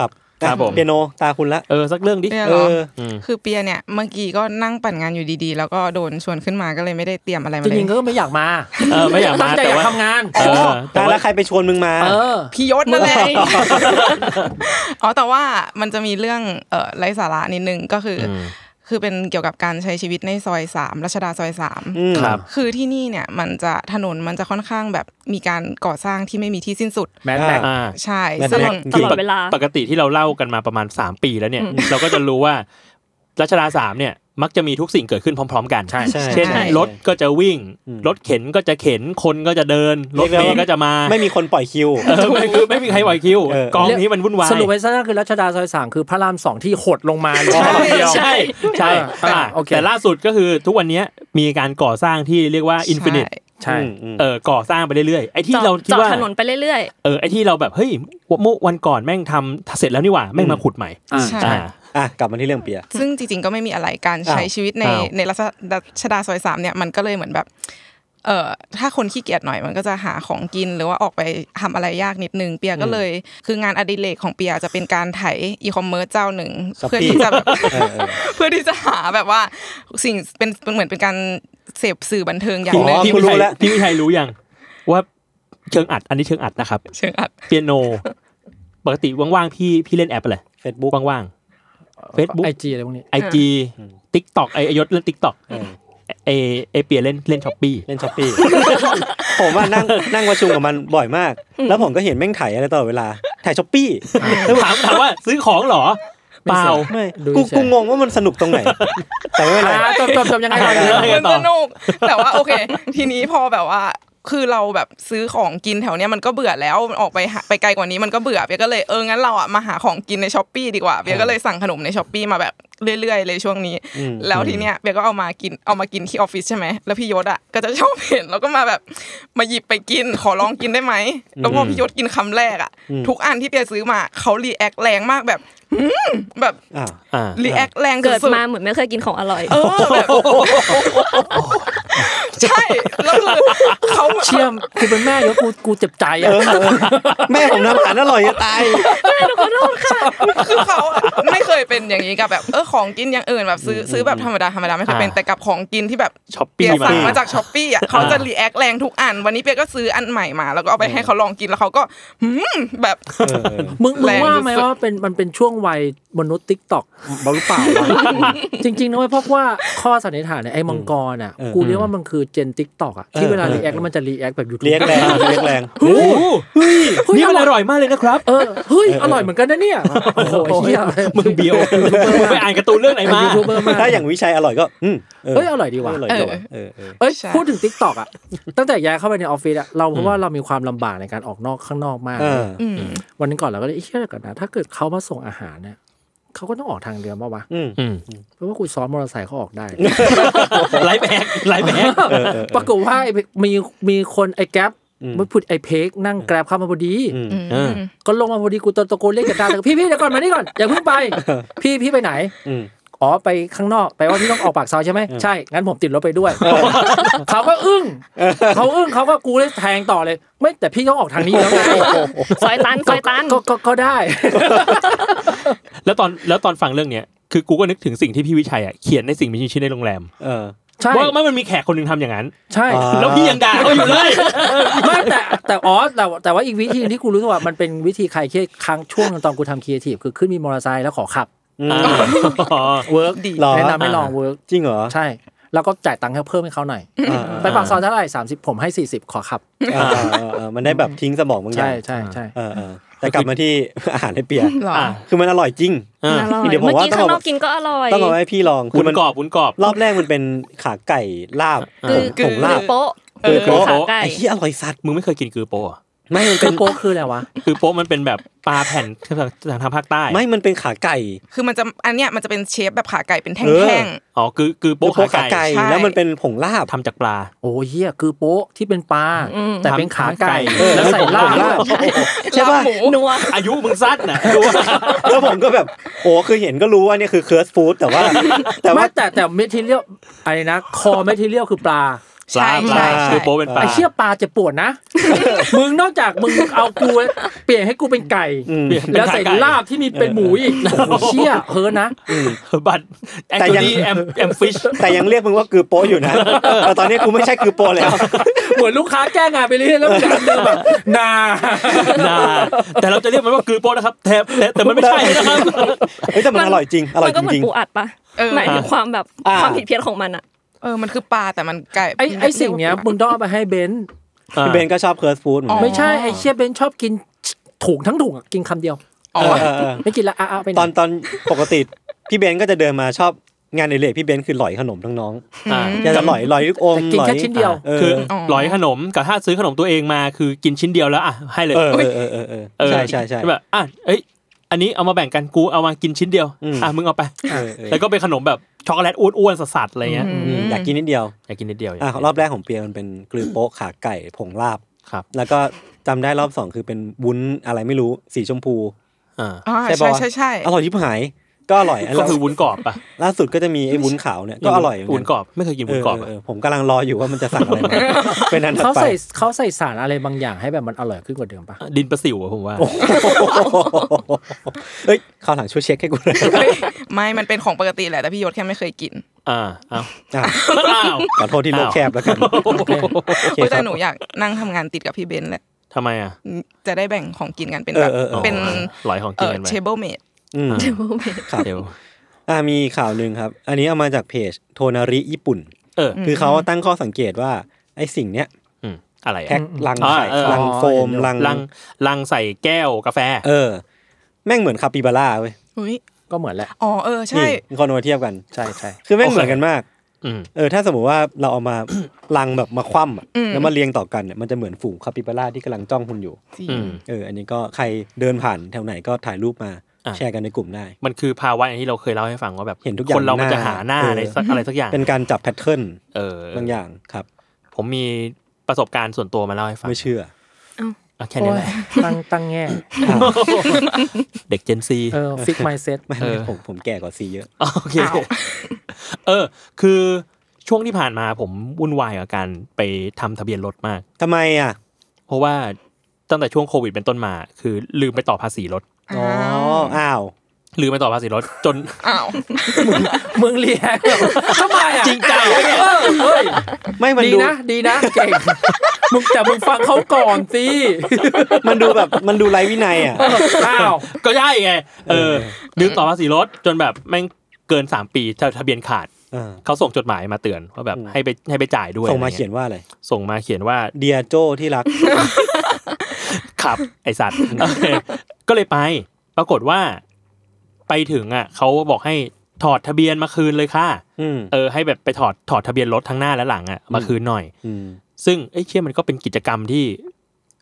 A: ครับ
B: ครับผม
A: เปียโนตาคุณละ
B: เออสักเรื่องดิ
E: เนี่ย
A: เอ
E: เหรอ
A: อ
B: ม
E: คือเปียเนี่ยเมื่อกี้ก็นั่งปั่นงานอยู่ดีๆ แล้วก็โดนชวนขึ้นมาก็เลยไม่ได้เตรียมอะไรมา
C: จ
E: เลย
C: ริงๆก็ไม่อยากมา
B: เออไม่อยากมา
C: ตั้งใจ
B: แต่
C: อยาก
B: ว่า
C: ทำงาน
B: เออแต่
A: ตา
B: ว่า
A: แล้วใครไปชวนมึงมา
C: เออ
E: พี่ยศนั่นแหละ อ๋อแต่ว่ามันจะมีเรื่องเอ่อไร้สาระนิดนึงก็คือ คือเป็นเกี่ยวกับการใช้ชีวิตในซอยสามรัชดาซอยสาม
A: อืมครับ
E: คือที่นี่เนี่ยมันจะถนนมันจะค่อนข้างแบบมีการก่อสร้างที่ไม่มีที่สิ้นสุด
C: แมนแม็ก
B: อ่า
E: ใช่
A: และ
E: ถนน
D: ตลอดเวลา
B: ปกติที่เราเล่ากันมาประมาณ 3 ปีแล้วเนี่ย เราก็จะรู้ว่ารัชดาสามเนี่ย มักจะมีทุกสิ่งเกิดขึ้นพร้อม ๆ กัน
A: ใช่
B: เช่น
D: ใช่
B: รถก็จะวิ่ง
A: อืม
B: รถเข็นก็จะเข็นคนก็จะเดิน รถเม
A: เรียก
B: ย์
A: ว่า
B: ก็จะมา
A: ไม่มีคนปล่อยคิว
B: เออไม่คือไม่มีใครไหวคิว
A: เออ
B: กองนี้มันวุ่นวาย
C: สรุปไว้สั้นๆคือรัชดาซอยสามคือพระรามสองที่หดลงมาเลย
B: ใช่ใช่ใช่
C: อ่า
B: อ่า
C: โอเค
B: แต่ล่าสุดก็คือทุกวันเนี้ยมีการก่อสร้างที่เรียกว่าอินฟินิต
E: ใช่
C: ใช่
A: อืมอืม
B: เออก่อสร้างไปเรื่อยๆไอ้ที่
D: เจาะ
B: เราคิด
D: เจาะ
B: ว่า
D: ถนนไปเรื่อย
B: เออไอที่เราแบบเฮ้ยเมื่อวันก่อนแม่งทำเสร็จแล้วนี่หว่าแม่งมาขุดใหม่
C: อ่า
E: ใช่
B: อ่า
A: อ่ะกลับมาที่เรื่องเปีย
E: ซึ่งจริงๆก็ไม่มีอะไรการใช้
A: อ้าว
E: ชีวิตใน
B: อ้าว
E: ในรัชดาชดาซอยสามเนี่ยมันก็เลยเหมือนแบบ เอ่อถ้าคนขี้เกียจหน่อยมันก็จะหาของกินหรือว่าออกไปทำอะไรยากนิดนึง เปียก็เลย คืองานอดิเรกของเปียจะเป็นการไถอีคอมเมิร์ซเจ้าหนึ่ง
A: Shopee
E: เพื่อที่จะแบบ
A: เออเออ
E: เพื่อที่จะหาแบบว่าสิ่งเป็นเหมือนเป็นการเสพสื่อบันเทิงอย่าง
B: พี่
E: หนึ่ง
A: อ๋อ
B: พี่
A: กู
B: วิ
A: รู้
B: ชัย
A: แล้ว
B: พี่วิชัยรู้ยังว่าเชิงอัดอันนี้เชิงอัดนะครับ
E: เชิงอัด
B: เปียโน ปกติว่างๆพี่พี่เล่นแอปอะไร
A: เฟซบุ๊ก
B: ว่างๆ Facebook
C: ไอจีอะไรพวกนี้
B: ไอจีทิกตอกไอยศเล่นทิกตอกไอไอเปียเล่นเล่นช้อปปี้
A: เล่นช้อป ปี้ ผมว่านั่งนั่งประชุมกับมันบ่อยมาก แล้วผมก็เห็นแม่งถ่ายอะไรตลอดเวลา ถ่ายช้อป ปี้
B: ถามถามว่าซื้อของเหรอ เปล่า
A: ไม่
C: ดู
A: กู
C: เฉย
A: กูงงว่ามันสนุกตรงไหน แต่ไม่เป็นไร
C: อ่าจบจบจบยังไงก่อน
B: เออ
E: มันสนุกแต่ว่าโอเค ทีนี้พอแบบว่า คือเราแบบซื้อของกินแถวเนี้ยมันก็เบื่อแล้วออกไปหาไปไกลกว่านี้มันก็เบื่อเบียก็เลยเอองั้นเราอ่ะมาหาของกินในช้อปปีดีกว่าเบียก็เลยสั่งขนมในช้อปปีมาแบบเรื่อยๆเลยช่วงนี้
A: อืม
E: แล้วทีเนี้ยเบียก็เอามากินเอามากินที่ออฟฟิศใช่ไหมแล้วพี่ยศอ่ะก็จะชอบเห็นแล้วก็มาแบบมาหยิบไปกินขอลองกินได้ไหมแล้วพอพี่ยศกินคำแรกอ่ะทุกอันที่เบียซื้อมาเขารีแอคแรงมากแบบหืมแบบ
A: อ่า
B: อ่า
E: รีแอคแรง
D: ๆ เกิด
E: สุดๆ
D: มาเหมือนไม่เคยกินของอร่อย
E: เออแบบ ใช่ แล้วคือเขา
C: เชี่ยมกูเป็นแม่ยกกูกูเจ็บใจอะ
A: แม่ผมทำอาหารอร่อยจะตาย
E: คือเขาอะไม่เคยเป็นอย่างนี้กับแบบเออของกินอย่างอื่นแบบซื้อซื้อแบบธรรมดาธรรมดาไม่เคยเป็น
B: อ่า
E: แต่กับของกินที่แบบ
B: ช้อป
E: เปี
B: ปี้
E: ย
B: มา
E: สั่งมาจากช้อปปี้อ่ะเขาจะรีแอคแรงทุกอัน วันนี้เปียก็ซื้ออันใหม่มา แล้วก็เอาไปให้เขาลองกินแล้วเขาก็หืมแบบ
C: มึงมึ
E: แรง ง
C: ว่าไหม
E: สุดๆ
C: ว่าเป็นมันเป็นช่วงวัยมนุษย์ติ๊กต็อกบ้าหรือเปล่าวะจริงๆนะเว้ยเพราะว่าข้อสันนิษฐานเนี่ยไอ้มังกรอ่ะ
A: เออ
C: กูเรียกว่ามันคือเจนติ๊กต็อกอ่ะที่เวลา
A: เออ
C: รีแอคแล้วมันจะรีแอคแบบยูทูบ
A: เลี้ยงแรงเลี้ยงแรง
B: โอ้โหเฮ้ยนี่มันอร่อยมากเลยนะครับ
C: เออเฮ้ยอร่อยเหมือนกันนะเนี่ยโอ้โหไอ้เชี่ย
B: มึงเบียวมึงไปอ่านการ์ตูนเรื่องไหนมา
C: ยูทูบเบอร์มาก
A: ถ้าอย่างวิชัยอร่อยก็ อืมเออ
C: เฮ้ยอร่อยดีว่ะ
A: อร่อยดีว่ะเออเออ
C: เอ้ย
E: ใช่
C: พูดถึง t ิ k t o k อ่ะ ตั้งแต่ย้ายเข้าไปในออฟฟิศอ่ะเราเพราะว่าเรามีความลำบากในการออกนอกข้างนอกมาก
A: เออ
E: อืม
C: วันนั้นก่อนเราก็เลยเอ้ยเชื่อก่อนนะ ถ้าเกิดเขามาส่งอาหารเนี่ยเขาก็ต้องออกทางเรือมาวะ
A: อืม
B: อืม
C: เพราะว่ากูซ้อนมอเตอร์ไซค์เขาออกได้
B: ไลฟ์แบกไลฟ์แบก
A: เออเออ
C: ปรากฏว่าไอ้มีมีคนไอ้แก๊ป
A: อืม
C: มันพูดไอ้เพกนั่งแกร็บเข้ามาพอดี
A: อืม
E: อืม
B: เออ
C: ก็ลงมาพอดีกูตะโกนเรียกจากดานเลยพี่พี่เดี๋ยวก่อนมานี่ก่อนอย่าเพิ่งไป พี่พี่ไปไหน
A: อืม
C: อ๋อไปข้างนอกแปลว่าที่ต้องออกปากซอยใช่ไหมใช่ งั้นผมติดรถไปด้วย เขาก็อึ้งเขาอึ้งเขาก็กูเลยแทงต่อเลย ไม่แต่พี่ต้องออกทางนี้แล้วไง
D: ซอยตัน ซอยตัน
C: ก็ก็ก็ได้
B: แล้วตอนแล้วตอนฟังเรื่องเนี้ยคือกูก็นึกถึงสิ่งที่พี่วิชัยอ่ะเขียนในสิ่งมีชีวิตในโรงแรม
A: เออ
C: ใช่
B: ว่าว่ามันมีแขกคนหนึงทำอย่างนั้น
C: ใช่
A: อ่า
B: แล้วพี่ยังด่าเขาอยู่เลย
C: ไม่แต่แต่อ๋อแต่แต่ว่าอีกวิธีที่กูรู้สึกว่ามันเป็นวิธีคลายเครียดครั้งช่วงหนึ่งตอนกูทำครีเอทีฟคือขึ้นมีมอเตอร์ไซค์แล้วขอขับ
B: อ๋อ
C: เวิร์ก
E: ดี
A: หรอ
C: แนะนำให้ลองเวิร์ก
A: จริงเหรอ
C: ใช่ แล้วก็จ่ายตังค์ให้เพิ่มให้เขาหน่อย
A: อ่า
C: ไปปากซอยเท่าไหร่สามสิบผมให้สี่สิบขอขับ
A: อ่าอ่าอ่ามันได้แบบทิ้งสมองบางอย่า
C: ใช่
A: ง
C: ใช่ใช่
A: เออเออแต่กลับมาที่ อาหารให้เปีย
E: หรอ
B: อ่ะ
A: คือมันอร่อยจริง
B: อ่ะ
D: อร่อย
A: เดี๋ยวผม
D: เมื่อกี้
A: ว่าต้
D: ข้า
A: อง
D: งน
A: เอา
D: อกกินก็อร่อย
A: ต้องเอาไว้ให้พี่ลอง
B: วุ้
A: มัน
B: กรอบวุ้นกรอบ
A: รอบแรกมันเป็นขาไก่ลาบ
B: กือ
A: ผงลาบ
D: โป๊ะ
A: เออโป๊ะ
D: ขาไก่
A: ไอ้ที่อร่อยสัตว์
B: มึงไม่เคยกินกือโปะอ่ะ
A: ไม่มัน
C: คื
A: เป็
C: อนโป๊ะคืออะไรวะ
B: กือโปะมันเป็นแบบปลาแผ่นทางทางทางภาคใต้
A: ไม่มันเป็นขาไก่
E: คือมันจะอันเนี้ยมันจะเป็นเชฟแบบขาไก่เป็นแท่
A: เออ
E: ง
B: อ๋อกือกือโปะ
A: โป๊ะขา
B: ขา
A: ไก่
B: ไก่
E: ใช่
A: แล้วมันเป็นผงลาบ
B: ทำจากปลา
C: โอ้เหี้ยคือโป๊ะที่เป็นปลา
D: อืม
C: แต่เป็นขา
B: ทำขาไก่
C: ไก่
B: เออ
C: แล้วใส่ลาบ
A: ลาบ
E: ๆ
A: ใช่ปะ
E: ลาบหมู
D: นัว
B: อายุมึงสั้นนะดูว่า
A: แล้วผมก็แบบ โอ้คือเห็นก็รู้ว่านี่คือเคิร์สฟู้ดแต่ว่า แต่
C: แต่
A: ว่า
C: ว่าแต่แต่เมทีเรียลอะไรนะ คอเมทีเรียลคือปลา
B: ปลา
E: ใช่
B: ปลา
E: ใช่
B: คื
E: ใช่
B: อโปะเป็นปลา
C: ไอ้เชี่ยปลาเจ็บปวดนะ มึงนอกจากมึงเอากูเปลี่ยนให้กูเป็นไก่
A: อืม
C: แล้วใส่ลาบที่มีเป็นหมูอีกโอ้เชี่ยเฮ้อนะ
B: บัต
A: แต่
B: แต่
A: ยั
B: ยัง งแอมแอมฟิช
A: แต่ยังเรียกมึงว่าคือโป๊ะอยู่นะแต่ตอนนี้กูไม่ใช่คือโป๊ะแล้ว
C: เหมือนลูกค้าแก้งานไปเรื่อยแล้วจากเดิมแบบนา
B: นาแต่เราจะเรียกมันว่ากือโปะนะครับแทบแต่แต่มันไม่ใช่นะครับ
A: เฮ้ยแต่มันอร่อยจริงอร่อย
D: มัก็
A: จ
D: เหมือ
A: ริง
D: นปูอัดปะ
E: เออ
D: หมายถึงความแบบ
A: อ่า
D: ความผิดเพี้ยนของมันอะ
E: เออมันคือปลาแต่มันไก่
C: ไอ้ไอ้สิ่งเนี้ยมึงต้องเอาไปให้เบนซ์
A: ๆพี่เบนก็ชอบเคิร์สฟู้ดเหมือนกัน
C: ไม่ใช่ไอ้เชี่ยเบนซ์ชอบกินถุงทั้งถุงอะกินคำเดียว
E: อ๋อ
A: เออเออ
C: ไม่กินละอะอะไปไห
A: ตอนตอนปกติพี่เบนก็จะเดินมาชอบงานในเล็กพี่เบนคือหลอยขนมทั้งน้อง
E: อืม
A: จะหลอยหลอยลูกอม
C: แต่กิน
A: หลอย
C: แค่ชิ้นเดียว
A: เออ
B: คือ
E: อ๋อ
B: ร้อยขนมกับถ้าซื้อขนมตัวเองมาคือกินชิ้นเดียวแล้วอ่ะให้เลย
A: เออเออเออเออเออ
B: เออ
A: ใช่ใช่ใช่
B: แบบอ่ะเอ้ยอันนี้เอามาแบ่งกันกูเอามากินชิ้นเดียว
A: อืม
B: อ่ะมึงเอาไป
A: เออเออ
B: แล้วก็เป็นขนมแบบช็อกโกแลตอ้วนๆสัสๆอะไรเงี้ย
E: อืม
A: อืมอยากกินนิดเดียว
B: อยากกินนิดเดียว
A: อ่ะ
B: ยากกิน
A: รอบแรกของเปียมันเป็นกลือโป๊ะขาไก่ผงลาบ
B: ครับ
A: แล้วก็จำได้รอบสองคือเป็นวุ้นอะไรไม่รู้สีชมพู
B: อ่า
E: อ่า
A: ใช่ปะ
E: ใช่
A: วะ
E: ใช่ใช่
A: อร่อยยิบหายก็อร่อยอัน
B: ก็
A: ล่า
B: คือวุ้นกรอบปะ
A: ล่าสุดก็จะมีไอ้วุ้นขาวเนี่ยก็อร่อยเหมื
B: วุ้
A: อน น
B: ก
A: กั
B: ร
A: น
B: อบไม่เคยกิน
A: เอ
B: วุ้
A: อน
B: กรอบ
A: เออ
B: อะ
A: เออผมกำลังรออยู่ว่ามันจะสั่งอะไรมาเป็นอันถัด
C: เขา
A: ไป
C: ใส่เขาใส่สารอะไรบางอย่างให้แบบมันอร่อยขึ้นกว่าเดิมปะ
B: ดินประสิวอะผมว่า
A: เอ้ยข้าวหลังช่วยเช็คให้กูหน่อย
E: เฮ้ย ไม่มันเป็นของปกติแหละแต่พี่ยศแค่ไม่เคยกิน
B: อ่าเอา
A: อ่ะ
B: อ้าว
A: ขอโทษที่โลกแคบแล้ว กันโอเค
E: เฮ้ย
A: ครั
E: แต่
A: บ
E: หนูอยากนั่งทำงานติดกับพี่เบนซ์แหละ
B: ทำไมอ่ะ
E: จะได้แบ่งของกินกันเป็นแบบ
A: เออเออเออ
E: เป็น
B: หลอยของ
E: เอ
B: กิน
E: อ
B: กันไป
E: เชเบิลเมด
A: อืมครับ
B: เดี๋ยว
A: อ่ะมีข่าวหนึ่งครับ อันนี้เอามาจากเพจโทนาริญี่ปุ่น
B: เออ
A: คือเขาตั้งข้อสังเกตว่าไอ้สิ่งเนี้ย
B: อืมอะไรอะ
A: แพ็คลังไข่
B: อ่าเออ
A: ลังโฟมลัง
B: ลังลังใส่แก้วกาแฟ
A: เออ แม่งเหมือนคาปิบาร่าเว้ย
E: อุ้ย
C: ก็เหมือนแหละ
E: อ๋อเออใช่
A: นี่มีคนเอามาเทียบกัน
C: ใช่ใช่
A: คือแม่ง
B: โอเค
A: เหมือนกันมาก
B: อืม
A: เออถ้าสมมติว่าเราเอามา ลังแบบมาคว่ำอะ
E: อืม
A: แล้วมาเรียงต่อกันเนี่ยมันจะเหมือนฝูงคาปิบาร่าที่กำลังจ้องคุณอยู่
E: จริง
B: อืม
A: เออ อันนี้ก็ใครเดินผ่านแถวไหนก็ถ่ายรูปมา
B: อ่ะ
A: แชร์กันในกลุ่มได้
B: มันคือภาวะอย่างที่เราเคยเล่าให้ฟังว่าแบบ
A: เห็นทุกอย่าง
B: คนเรามันจะ
A: หน้า
B: หาหน้า
A: เอออ
B: อะไรสักอะไรสักอย่าง
A: เป็นการจับแพทเทิร์น
B: เออบ
A: างอย่างครับ
B: ผมมีประสบการณ์ส่วนตัวมาเล่าให้ฟัง
A: ไม่เชื่อ
B: อ่ะแค่นี้แหละ
C: โอ้ยตั้งตั้งแง่
A: อ้าว
B: เด็กเจนซี
C: เออฟิกไมเซ็ต
A: ไม่
B: เอ
A: ไม่
B: อ
A: ผมผมแก่กว่าซีเยอะ
B: โอเค เออ คือช่วงที่ผ่านมาผมวุ่นวายกับการไปทำทะเบียนรถมาก
A: ทำไมอ่ะ
B: เพราะว่าตั้งแต่ช่วงโควิดเป็นต้นมา คือลืมไปต่อภาษีรถ
A: อ๋อ อ้าว
B: ลืมไปต่อภาษีรถ จน
E: อ้าว
C: มึงเรียกแบบทำไมอ่ะ
B: จริงใจ
C: เออเฮ้ย
A: ไม่มัน
C: ดี
A: ดู
C: นะ ดีนะ เก่ง มึงแต่มึงฟังเขาก่อนสิ
A: มันดูแบบมันดูไร้วินัย อ่ะ
C: อ้าว
B: ก็ใช่ไง เออ ลืมต่อภาษีรถ จนแบบแม่งเกินสามปีทะเบียนขาด
A: อ่า
B: เขาส่งจดหมายมาเตือนว่าแบบ
A: อืม
B: ให้ไปให้ไปจ่ายด้วย
A: ส่งมา
B: อะไรงี้
A: เขียนว่าอะไร
B: ส่งมาเขียนว่า
A: เดียโจที่ รัก
B: ขั บ ไอสัตว์ โอเคก็เลยไป ปรากฏว่า ไปถึงอ่ะเขาบอกให้ถอดทะเบียนมาคืนเลยค่ะ
A: อืม
B: เออให้แบบไปถอดถอดทะเบียนรถทั้งหน้าและหลังอ่ะมาคืนหน่อย
A: อืม
B: ซึ่งไอ้ยเชี่ยมันก็เป็นกิจกรรมที่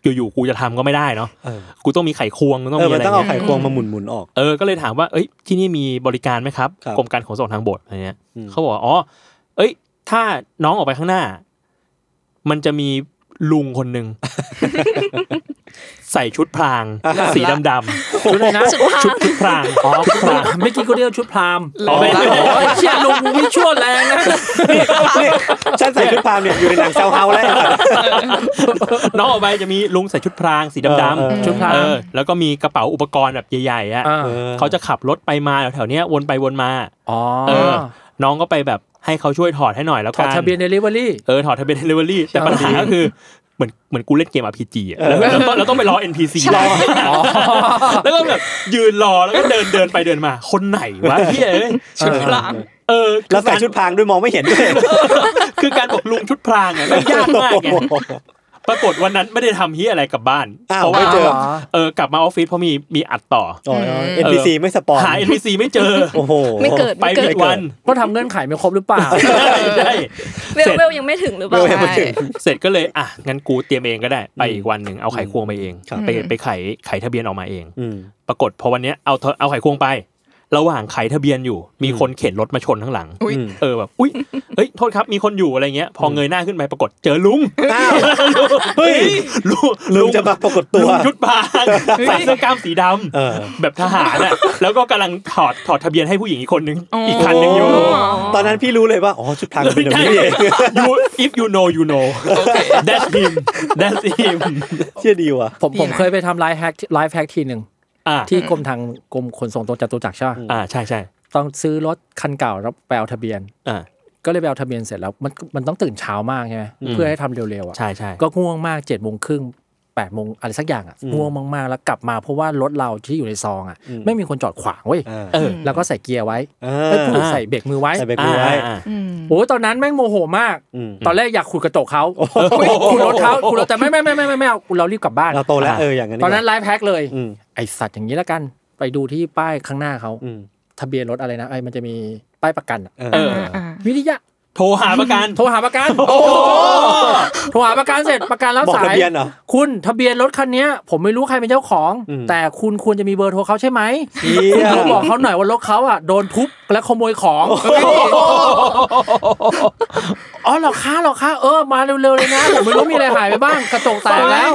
B: อยู่ๆกูจะทำก็ไม่ได้เนาะ
A: เออ
B: กูต้องมีไขควงกูต้อง
A: เออ
B: มี
A: มั
B: อะ
A: น
B: ไร
A: ต้องเอา
B: เงี้ย
A: ไขควงมาหมุนหมุนๆออก
B: เออก็เลยถามว่าเอ้ยที่นี่มีบริการไหมครับ
A: ครับ
B: กรมการขนส่งทางบกอะไรเงี้ย
A: อืม
B: เขาบอกว่าอ๋อเอ้ย ถ้าน้องออกไปข้างหน้า มันจะมีลุงคนหนึ่ง ใส่ชุดพราง สีดำ
C: ชุดอะไรนะ
D: สุดท้าย
B: ๆชุดชุดพรางอ๋อชุดพราง
C: ไม่อกินก็เรียกชุดพราหมณ์
B: อ๋อไม่ได้
C: โอ้ยเชี่ยลุงมึงไม่ชั่วแรงนะ
A: นี่ฉันใส่ชุดพรามเนี่ยอยู่ในหนังเซาเฮาแล้ว
B: น้องออกไปจะมีลุงใส่ชุดพรางสีดำ
A: เออเออ
B: ๆ
C: ชุดพราง
B: เออแล้วก็มีกระเป๋าอุปกรณ์แบบใหญ่ๆอ่ะ
C: อ่า
A: ออ
B: เขาจะขับรถไปมาแถวๆเนี้ยวนไปวนมา
C: อ๋อ
B: เออ น้องก็ไปแบบ ให้เขาช่วยถอดให้หน่อยแล้ว
F: ถ
B: กั
F: อน ดทะเบียนเดลิเวอรี่
B: เออถอดทะเบียน delivery แต่ปัญหาก็คือเหมือนเหมือนกูเล่นเกม RPG อ่ะแล้วแล้วต้องแล้วต้องไปรอ NPC รอแล้วก็แบบยืนรอแล้วก็เดินเดินไปเดินมา คนไหนวะพี่เอ้ย
E: ชุดพลาง
B: เออ
A: แล้วใส่ชุดพรางด้วยมองไม่เห็นด้วย
B: คือการบอกลุงชุดพรางอ่ะมันยากมากไง ปรากฏวันนั้นไม่ได้ทำเฮียอะไรกลับบ้าน
A: อ้าว
B: เพราะ
A: ไม่
B: ว่า
A: เจอ
B: เออกลับมาออฟฟิศเพราะมีมีอัดต่อ
A: อ๋อ NPC ไม่สปอน
B: หา NPC ไม่เจอ
A: โอ้โห
D: ไม่เกิด
B: ไป
D: ไม่เกิ
B: ผิ
D: ด
B: ดวัน
C: ก็ทำเงื่อนไขไม่ครบหรือเปล่า
B: ได้ได้
D: เวลเวลยังไม่ถึงหรือเปล่า
A: เวลยังไม่ถึง
B: เสร็จก็เลยอ่ะงั้นกูเตรียมเองก็ได้ ไปอีกวันหนึ่งเอาไขควงไปเอง
A: ครับ
B: ไปไปไขไขทะเบียนออกมาเอง
A: อืม
B: ปรากฏพอวันเนี้ยเอาเอาไขควงไป ระหว่างไขทะเบียนอยู่ มีคนเข็นรถมาชนข้างหลัง
E: อุ้ย
A: อืม
B: เออแบบอุ้ยเฮ้ยโทษครับมีคนอยู่อะไรเงี้ย พอเงยหน้าขึ้นไปปรากฏเจอลุง
A: อ้าวเฮ้ย
B: ลุง
A: ลุงจะมาปรากฏตัว
B: ลุงชุดพรางใส่เสื้อกล้ามสีดำ
A: เออ
B: แบบทหารอะ แล้วก็กำลังถอดถอดทะเบียนให้ผู้หญิงอีกคนนึง อีกคันหนึ่งอยู่
A: ตอนนั้นพี่รู้เลยว่า อ๋อ ชุดพรางมันเป็นแบบนี้เอง
B: ยู if you know you know that's him that's him
A: เชื่อดีว่ะ
C: ผมผมเคยไปทำไลฟ์แฮกไลฟ์แฮกทีหนึ่ง
B: อ่า
C: ที่กรมทางกรมขนส่งตรงจตุจักรใช่ปะ
B: อ่าใช่ใช่
C: ต้องซื้อรถคันเก่าแล้วไปเอาทะเบียน
B: อ่า
C: ก็เลยไปเอาทะเบียนเสร็จแล้วมันมันต้องตื่นเช้ามากใช่ไหม
B: อืม
C: เพื่อให้ทำเร็วๆอ่ะ
B: ใช่ใช่
C: ก็ง่วงมากเจ็ดโมงครึ่งแปดโมงอะไรสักอย่างอ่ะ
A: อืม
C: ง่วงมากๆแล้วกลับมาเพราะว่ารถเราที่อยู่ในซองอ่ะ
A: อืม
C: ไม่มีคนจอดขวางเว้ย
A: อ่า
B: เออ
C: แล้วก็ใส่เกียร์ไว้
A: อ่า
C: เอ้ยผู้ใส่เบรกมือไว้
A: ใส่เบรก
B: อ่า
A: มือไว้
B: อ่า
C: โอ้ยตอนนั้นแม่งโมโหมาก
A: อืม
C: ตอนแรกอยากขูดกระจกเขา
B: โอ้โห
C: ขูดรถเขาขูดรถแต่ไม่ไม่ไม่ไม่ไม่ไม่เอาเรารีบกลับบ้าน
A: เราโตแล้วเอออย่างนั้น
C: ตอนนั้นไลฟ์แพ็คเลย
A: อืม
C: ไอสัตว์อย่างนี้ละกัน ไปดูที่ป้ายข้างหน้าเขา
A: อืม
C: ทะเบียนรถอะไรนะไอมันจะมีป้ายประกันอะ
A: เออ
B: เออ
E: อ่า
C: วิทยะ
B: โทรหาประกัน
C: โทรหาประกันโทรหาประกันเสร็จประกันรับ
A: บอก
C: สา
A: ทะ
C: ย
A: เบียนเหรอ
C: คุณทะเบียนรถคันเนี้ย ผมไม่รู้ใครเป็นเจ้าของ
A: อืม
C: แต่คุณควรจะมีเบอร์โทรเขาใช่ไหม
A: เหี้ย
C: คุณบอกเขาหน่อยว่ารถเขาอ่ะโดนทุบและขโมยของอ๋อเหรอค้าหรอค้าเออมาเร็วๆเลยนะผมไม่รู้มีอะไรหายไปบ้างกระจกแตกแล้ว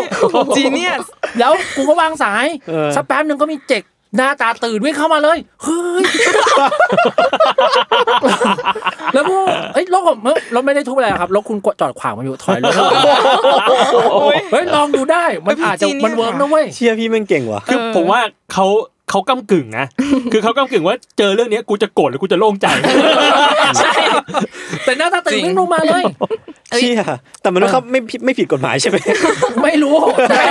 E: จีเนียส
C: แล้วกูก็วางสาย
A: เออ
C: สักแป๊บหนึ่งก็มีเจ็กหน้าตาตื่นวิ่งเข้ามาเลย เฮ้ย แล้วกูเอ้ยรถผมเอ้ยรถไม่ได้ทุบอะไรครับรถคุณกดจอดขวางมาอยู่ถอย รถเฮ้ยลองดูได้ มันอาจจะ
E: เฮ้ยพี่จีเนียส
C: มันเวิร์กนะเว้ย
A: เชี่ยพี่แม่งเก่งว่ะ
B: คือผมว่าเขาเขากำกึ่งนะ คือเขากำกึ่งว่าเจอเรื่องเนี้ยกูจะโกรธหรือกูจะโล่งใจ
C: แต่หน้าตาตื่นวิ่งลงมาเลย
A: เชี่ยแต่มันก็ไม่ผิดไม่ผิดกฎหมายใช่ไหม
C: ไม่ รู้แต่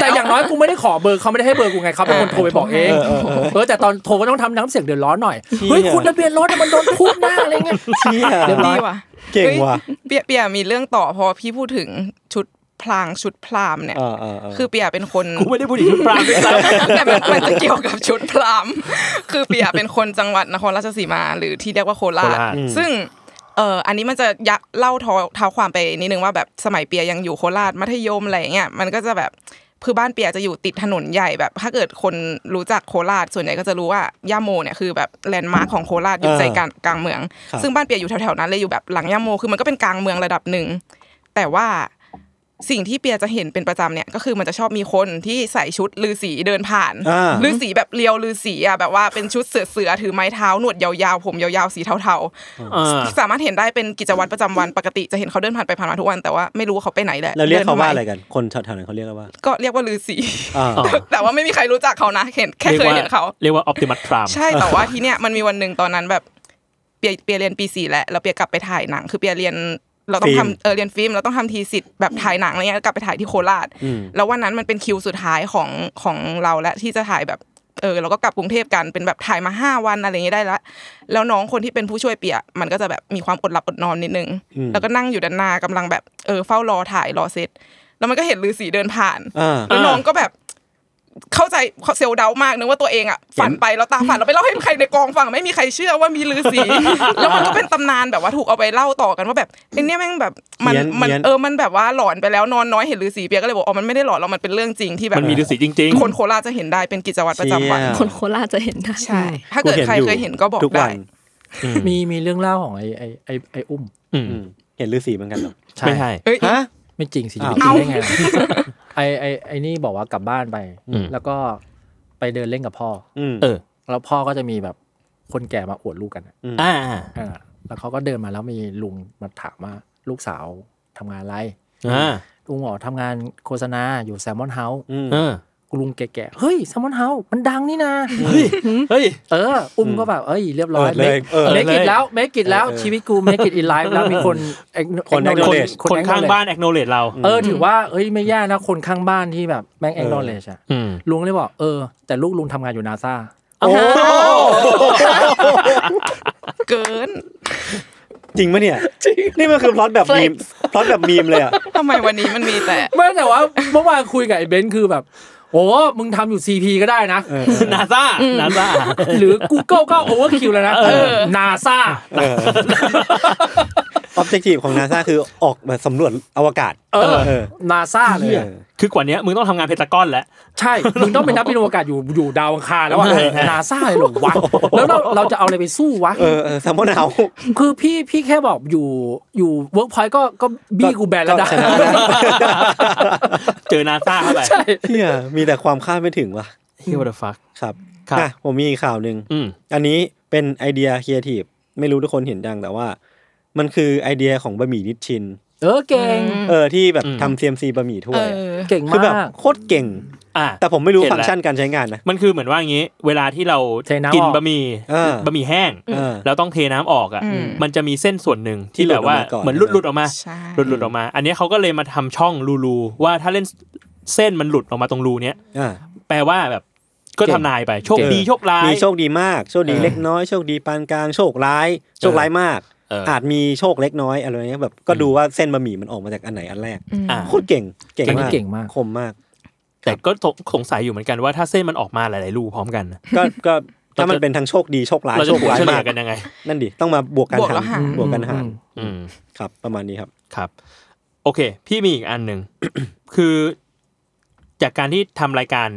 C: แต่อย่างน้อยกูไม่ได้ขอเบอร์เขาไม่ได้ให้เบอร์กูไงเขาเป็นคนโทรไปบอกเอง
A: เออเออเออ
C: เออแต่ตอนโทรก็ต้องทำน้ำเสียงเดือดร้อนหน่อย
A: เชี่ย
C: เฮ้ยคุณทะเบียนรถอะมันโดนทุบหน้าอะไรเงี้ย
A: เชี่ย
C: เรียบร้
E: ดี
C: อย
E: ว่ะ
A: เก่งว่ะ
E: เปียเปียมีเรื่องต่อพอพี่พูดถึงชุดพลางชุดพรามเนี่ย
A: เออเออเออ
E: คือเปียเป็นคน
B: กูไม่ได้พูดถึงชุดปรางด้วยซ้ำ
E: แต่มันมันจะเกี่ยวกับชุดพรามคือเปียเป็นคนจังหวัดนครราชสีมา หรือที่เรียกว่าโคราช
B: โคราช
E: ซึ่งเอ่ออันนี้มันจะยักเล่าท้อเท้าความไปนิดนึงว่าแบบสมัยเปียยังอยู่โคราชมัธยมอะไรอย่างเงี้ยมันก็จะแบบคือบ้านเปียจะอยู่ติดถนนใหญ่แบบ ถ้าเกิดคนรู้จักโคราชส่วนใหญ่ก็จะรู้ว่าย่าโมเนี่ยคือแบบแลนด์มาร์คของโคราชอยู่ใจกลางกลางเมือง
A: ครับ
E: ซึ่งบ้านเปียอยู่แถวๆนั้นเลยอยู่แบบหลังย่าโมคือมันก็เป็นกลางเมืองระดับหนึ่งแต่ว่า สิ่งที่เปียจะเห็นเป็นประจำเนี่ยก็คือมันจะชอบมีคนที่ใส่ชุดลือสีเดินผ่าน
A: อ่า
E: ลือสีแบบเรียวลือสีอ่ะแบบว่าเป็นชุดเสือเสือๆถือไม้เท้าหนวดยาวๆผมยาวๆสีเทา
B: อ่า
E: ๆสามารถเห็นได้เป็นกิจวัตรประจำวันปกติจะเห็นเขาเดินผ่านไปผ่านมาทุกวันแต่ว่าไม่รู้ว่าเขาไปไหนแหละ
A: เราเรียกเขาว่าอะไร
E: ดินทำม
A: กัน คนแถวๆนั้นเขาเรียกกันว่า
E: ก็เรียกว่าลือสี
A: อ่า
B: อ่า
E: แต่ว่าไม่มีใครรู้จักเขานะเห็นแค่เคยเห็นเขา
B: เรียกว่าออปติมัสพราม
E: ใช่แต่ว่าทีเนี้ยมันมีวันหนึ่งตอนนั้นแบบเปียเปียเรียนปีสี่แหละแล้วเปียกลับไปถ่ายหนัง คือเปียเรียนเราต้อง
A: ฟิล์ม
E: ทำเออเรียนฟิล์มเราต้องทำทีสิทธิ์แบบถ่ายหนังอะไรเงี้ยกลับไปถ่ายที่โคราช
A: อืม
E: แล้ววันนั้นมันเป็นคิวสุดท้ายของของเราและที่จะถ่ายแบบเออเราก็กลับกรุงเทพกันเป็นแบบถ่ายมาห้าวันอะไรเงี้ยได้ละแล้วน้องคนที่เป็นผู้ช่วยเปียมันก็จะแบบมีความอดหลับอดนอนนิดนึง แล้วก็นั่งอยู่ด้านหน้ากำลังแบบเออเฝ้ารอถ่ายรอเซตแล้วมันก็เห็นลือสีเดินผ่าน
A: อ่า
E: แล้วน้องก็แบบเข้าใจเซลลเดามากนึกว่าตัวเองอ่ะฝันไปแล้วตาฝันเราไปเล่าให้ใครในกองฟังไม่มีใครเชื่อว่ามีลือสี แล้วมันก็เป็นตำนานแบบว่าถูกเอาไปเล่าต่อกันว่าแบบไอ้เนี่ยแม่งแบบมัน
A: เฮี้ยน
E: มัน
A: เฮี้ยน
E: เออมันแบบว่าหลอนไปแล้วนอนน้อยเห็นลือสีเปียก็เลยบอกอ๋อมันไม่ได้หลอนเรามันเป็นเรื่องจริงที่แบบ
B: มันมีฤาษีจริง
E: คนโคราชจะเห็นได้เป็นกิจวัตรประจำวัน
A: เชี่ย
D: คนโคราชจะเห็นได้
E: ใช่ ถ้าเกิดใครเคยเห็นก็บอก
A: ทุกวั
E: ได้
A: น
C: มีมีเรื่องเล่าของไอไอไอไออุ้ม
B: ๆอืม
A: อืมเห็นฤาษีเหมือนกันเหรอ
B: ไม่ใช่
E: เอ้ย
A: ฮะ
C: ไม่จริงสิจะ
A: อ้าว
C: ไม่จริงได้ไง ไอไอไอนี่บอกว่ากลับบ้านไป
B: อืม
C: แล้วก็ไปเดินเล่นกับพ่อ
A: อืม
B: เออ
C: แล้วพ่อก็จะมีแบบคนแก่มาอวดลูกกันอะ
B: อ่า
C: อ่าแล้วเขาก็เดินมาแล้วมีลุงมาถามว่าลูกสาวทำงานอะไร
B: อ่า
C: ลุงบอกทำงานโฆษณาอยู่แซมมอนเฮาส์
A: อืม
B: เออ
C: ลุงแก่ๆเฮ้ยแซมมอนเฮามันดังนี่นะ
B: เฮ้ย
C: เออ อุ้มก็แบบเอ้ยเรียบร้อย
A: เออเลยเออ
C: เมกิ
B: เล
C: ด
B: ย
C: แล้วเมกิดแล้ว
A: เออ
C: ชีวิตกูเมกิดอินไลฟ์แล้วมีคน
A: คน
C: acknowledge
A: acknowledge
B: คน
C: acknowledge
B: ข้างบ้านแอกโนเลดเรา
C: เออถือว่าเอ้ยไม่แย่นะคนข้างบ้านที่แบบแม่งแองนอลเลชอะ
B: อืม
C: ลุงเลยบอกเออแต่ลูกลุงทำงานอยู่นาซา
E: เกิน
A: จริงปะเนี่ยนี่มันคือพล็อตแบบมีมพล็อตแบบมีมเลยอ่ะ
E: ทำไมวันนี้มันมีแต่
C: ไม่แต่ ว่าเมื่อวานคุยกับไอ้เบนซ์คือแบบโอ้มึงทำอยู่ CP ก็ได้นะ
B: นาซานาซา
C: หรือ Google ก็โอเวอร์คิวแล้วนะนาซา
A: เออ objective ของนาซาคือออกแบบสำรวจอวกาศ
C: เออ
A: เออ
C: นาซาเล
A: เอย อ
C: อะ
B: คือกว่าเนี้ยมึงต้องทำงานเพตาก อนแล้ว
C: ใช่ มึงต้องเป็นนักบินอวกาศอยู่อยู่ดาวอังคารแล้วอะ
B: เออ
C: นาซาเลยเหรอวะ แล้วเราเราจะเอาอะไรไปสู้วะ
A: เออเออแซมมอนเฮา
C: คือพี่พี่แค่บอกอยู่อยู่เวิร์กพอยต์ก็ก็บี้กูแบนแล้ว
A: ก็
C: ได้
A: ชนะ
B: เจอนาซาเข้าไป
C: ใช่
A: เนี่ยมีแต่ความคาดไม่ถึงว่ะ
B: เฮียวัตฟัก
A: ครับ
B: ครับ
A: อ่ะผมมีอีกข่าวหนึ่ง
B: อืม
A: อันนี้เป็นไอเดียครีเอทีฟไม่รู้ทุกคนเห็นยังแต่ว่า มันคือไอเดียของบะหมี่นิชชิน
C: เออเก่ง
A: เออที่แบบ
B: อืม
A: ทำ CMC บะหมี่ถ้ว
E: เอย อ
C: เก่ง
A: คือแบบ
C: มาก
A: โคตรเก่ง
B: อ่ะ
A: แต่ผมไม่รู้
B: เห็นแล้ว
A: ฟังก์ชันการใช้งานนะ
B: มันคือเหมือนว่าอย่างงี้ เวลาที่เรา
C: เทน้ำ
B: กิน
C: ออก
B: บะหมี่
A: เออบ
B: ะหมี่แห้ง
A: เออ
B: แล้วต้องเทน้ำออกอ่ะ
E: อืม
B: มันจะมีเส้นส่วนหนึ่งที่
A: ที่หลุ
B: แบ
A: ด
B: บว่า
A: ออกมาก่อน
B: เหมือนหลุดหลุดออกมา
E: ใช่
B: หลุดหลุดออกมา อันเนี้ยเขาก็เลยมาทำช่องรูรูว่าถ้าเล่นเส้นมันหลุดออกมาตรงรูเนี้ย
A: อ่า
B: แปลว่าแบบก็
C: เก่ง
B: ทำนายไปโชค
A: เก่ง
B: ดีโชคร้าย
A: มีโชคดีมาก โชคดี
B: เออ
A: เล็กน้อย โชคดีปานกลางโชคร้าย โชคร้ายมาก
B: เอออ
A: อาจมีโชคเล็กน้อยอะไรเงี้ยแบบก็ดูว่าเส้นบะหมี่มันออกมาจากอันไหนอันแรก
E: อืม
B: อ่ะ
A: โคตรเก่งเก่ง
C: อันนี้
A: มาก
C: เก่งมาก
A: คมมาก
B: แต่ก็สงสงสัยอยู่เหมือนกันว่าถ้าเส้นมันออกมาหลายๆรูพร้อมกันน่ะ
A: ก็ก็ถ้ามันเป็นทั้งโชคดีโชคร้าย
B: เราจะ
A: โชค
B: ถูก
A: ร้าย
B: เฉลี่
A: มาย ก
B: กันยังไง
A: นั่นดิต้องมาบวกกัน
E: บวกแล้วหาร
A: บวกกันหาร
B: อืม
A: ครับ ประมาณนี้ครับ
B: ครับ โอเค พี่มีอีกอันหนึ่ง คือจากการที่ทำรายการ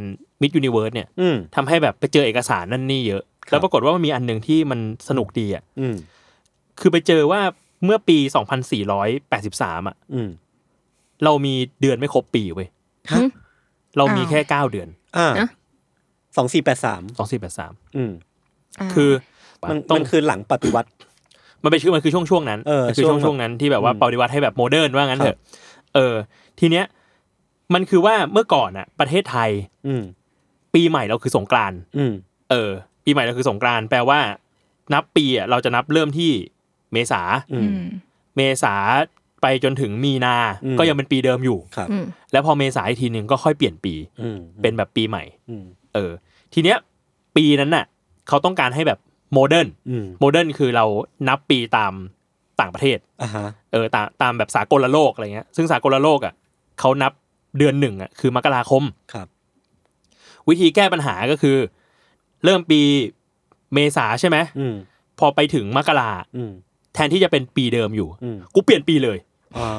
B: Mid Universe เนี่ย
A: อืม
B: ทำให้แบบไปเจอเอกสารนั่นนี่เยอะ แล้วปรากฏว่ามันมีอันหนึ่งที่มันสนุกดีอ่ะ
A: อืม
B: คือไปเจอว่าเมื่อปี 2483 อ่ะ
A: อืม
B: เรามีเดือนไม่ครบปีเว้ย
A: ฮะ
B: เรามีแค่ 9 เดือน
A: อ่า
D: อ่ะ
A: สองสี่แปดสาม
B: 2483
A: อืม
B: คือ
A: มัน
B: ต้อ
A: มั
B: ง
A: นคือหลังปฏิวัติ
B: มันไปชื่อมันคือช่วงช่วงๆนั้น
A: เออ
B: มันคือ
A: ช่ว
B: ช่
A: ง
B: ว
A: แบ
B: ง
A: บ
B: ช่วงๆนั้นที่แบบว่า
A: อืม
B: ปฏิวัติให้แบบโมเดิร์นว่างั้นเถอะเออ ทีเนี้ยมันคือว่าเมื่อก่อนอ่ะ ประเทศไทย
A: ืม
B: ปีใหม่เราคือสงกรานต์
A: อืม
B: เออปีใหม่เราคือสงกรานต์แปลว่า นับปีอ่ะเราจะนับเริ่มที่เมษา
A: อื
E: อื
A: ม
E: ม
B: เมษาไปจนถึงมีนา
A: อืม
B: ก็ยังเป็นปีเดิมอยู่
A: ครับ
D: อืม
B: แล้วพอเมษาอีกทีหนึ่งก็ค่อยเปลี่ยนปี
A: อืม
B: เป็นแบบปีใหม่
A: อืม
B: เออ ทีเนี้ยปีนั้นน่ะ เขาต้องการให้แบบโมเดิร์น
A: อืม
B: โมเดิร์นคือเรานับปีตามต่างประเทศ
A: อ่าฮะ
B: เออตามตามแบบสากลโลกอะไรเงี้ย ซึ่งสากลโลกอ่ะเขานับเดือนหนึ่งอ่ะคือมกราคม
A: ครับ
B: วิธีแก้ปัญหาก็คือ เริ่มปีเมษาใช่ไหม
A: อืม
B: พอไปถึงมกรา
A: อืม
B: แทนที่จะเป็นปีเดิมอยู่
A: อืม
B: กูเปลี่ยนปีเลย
A: อ่า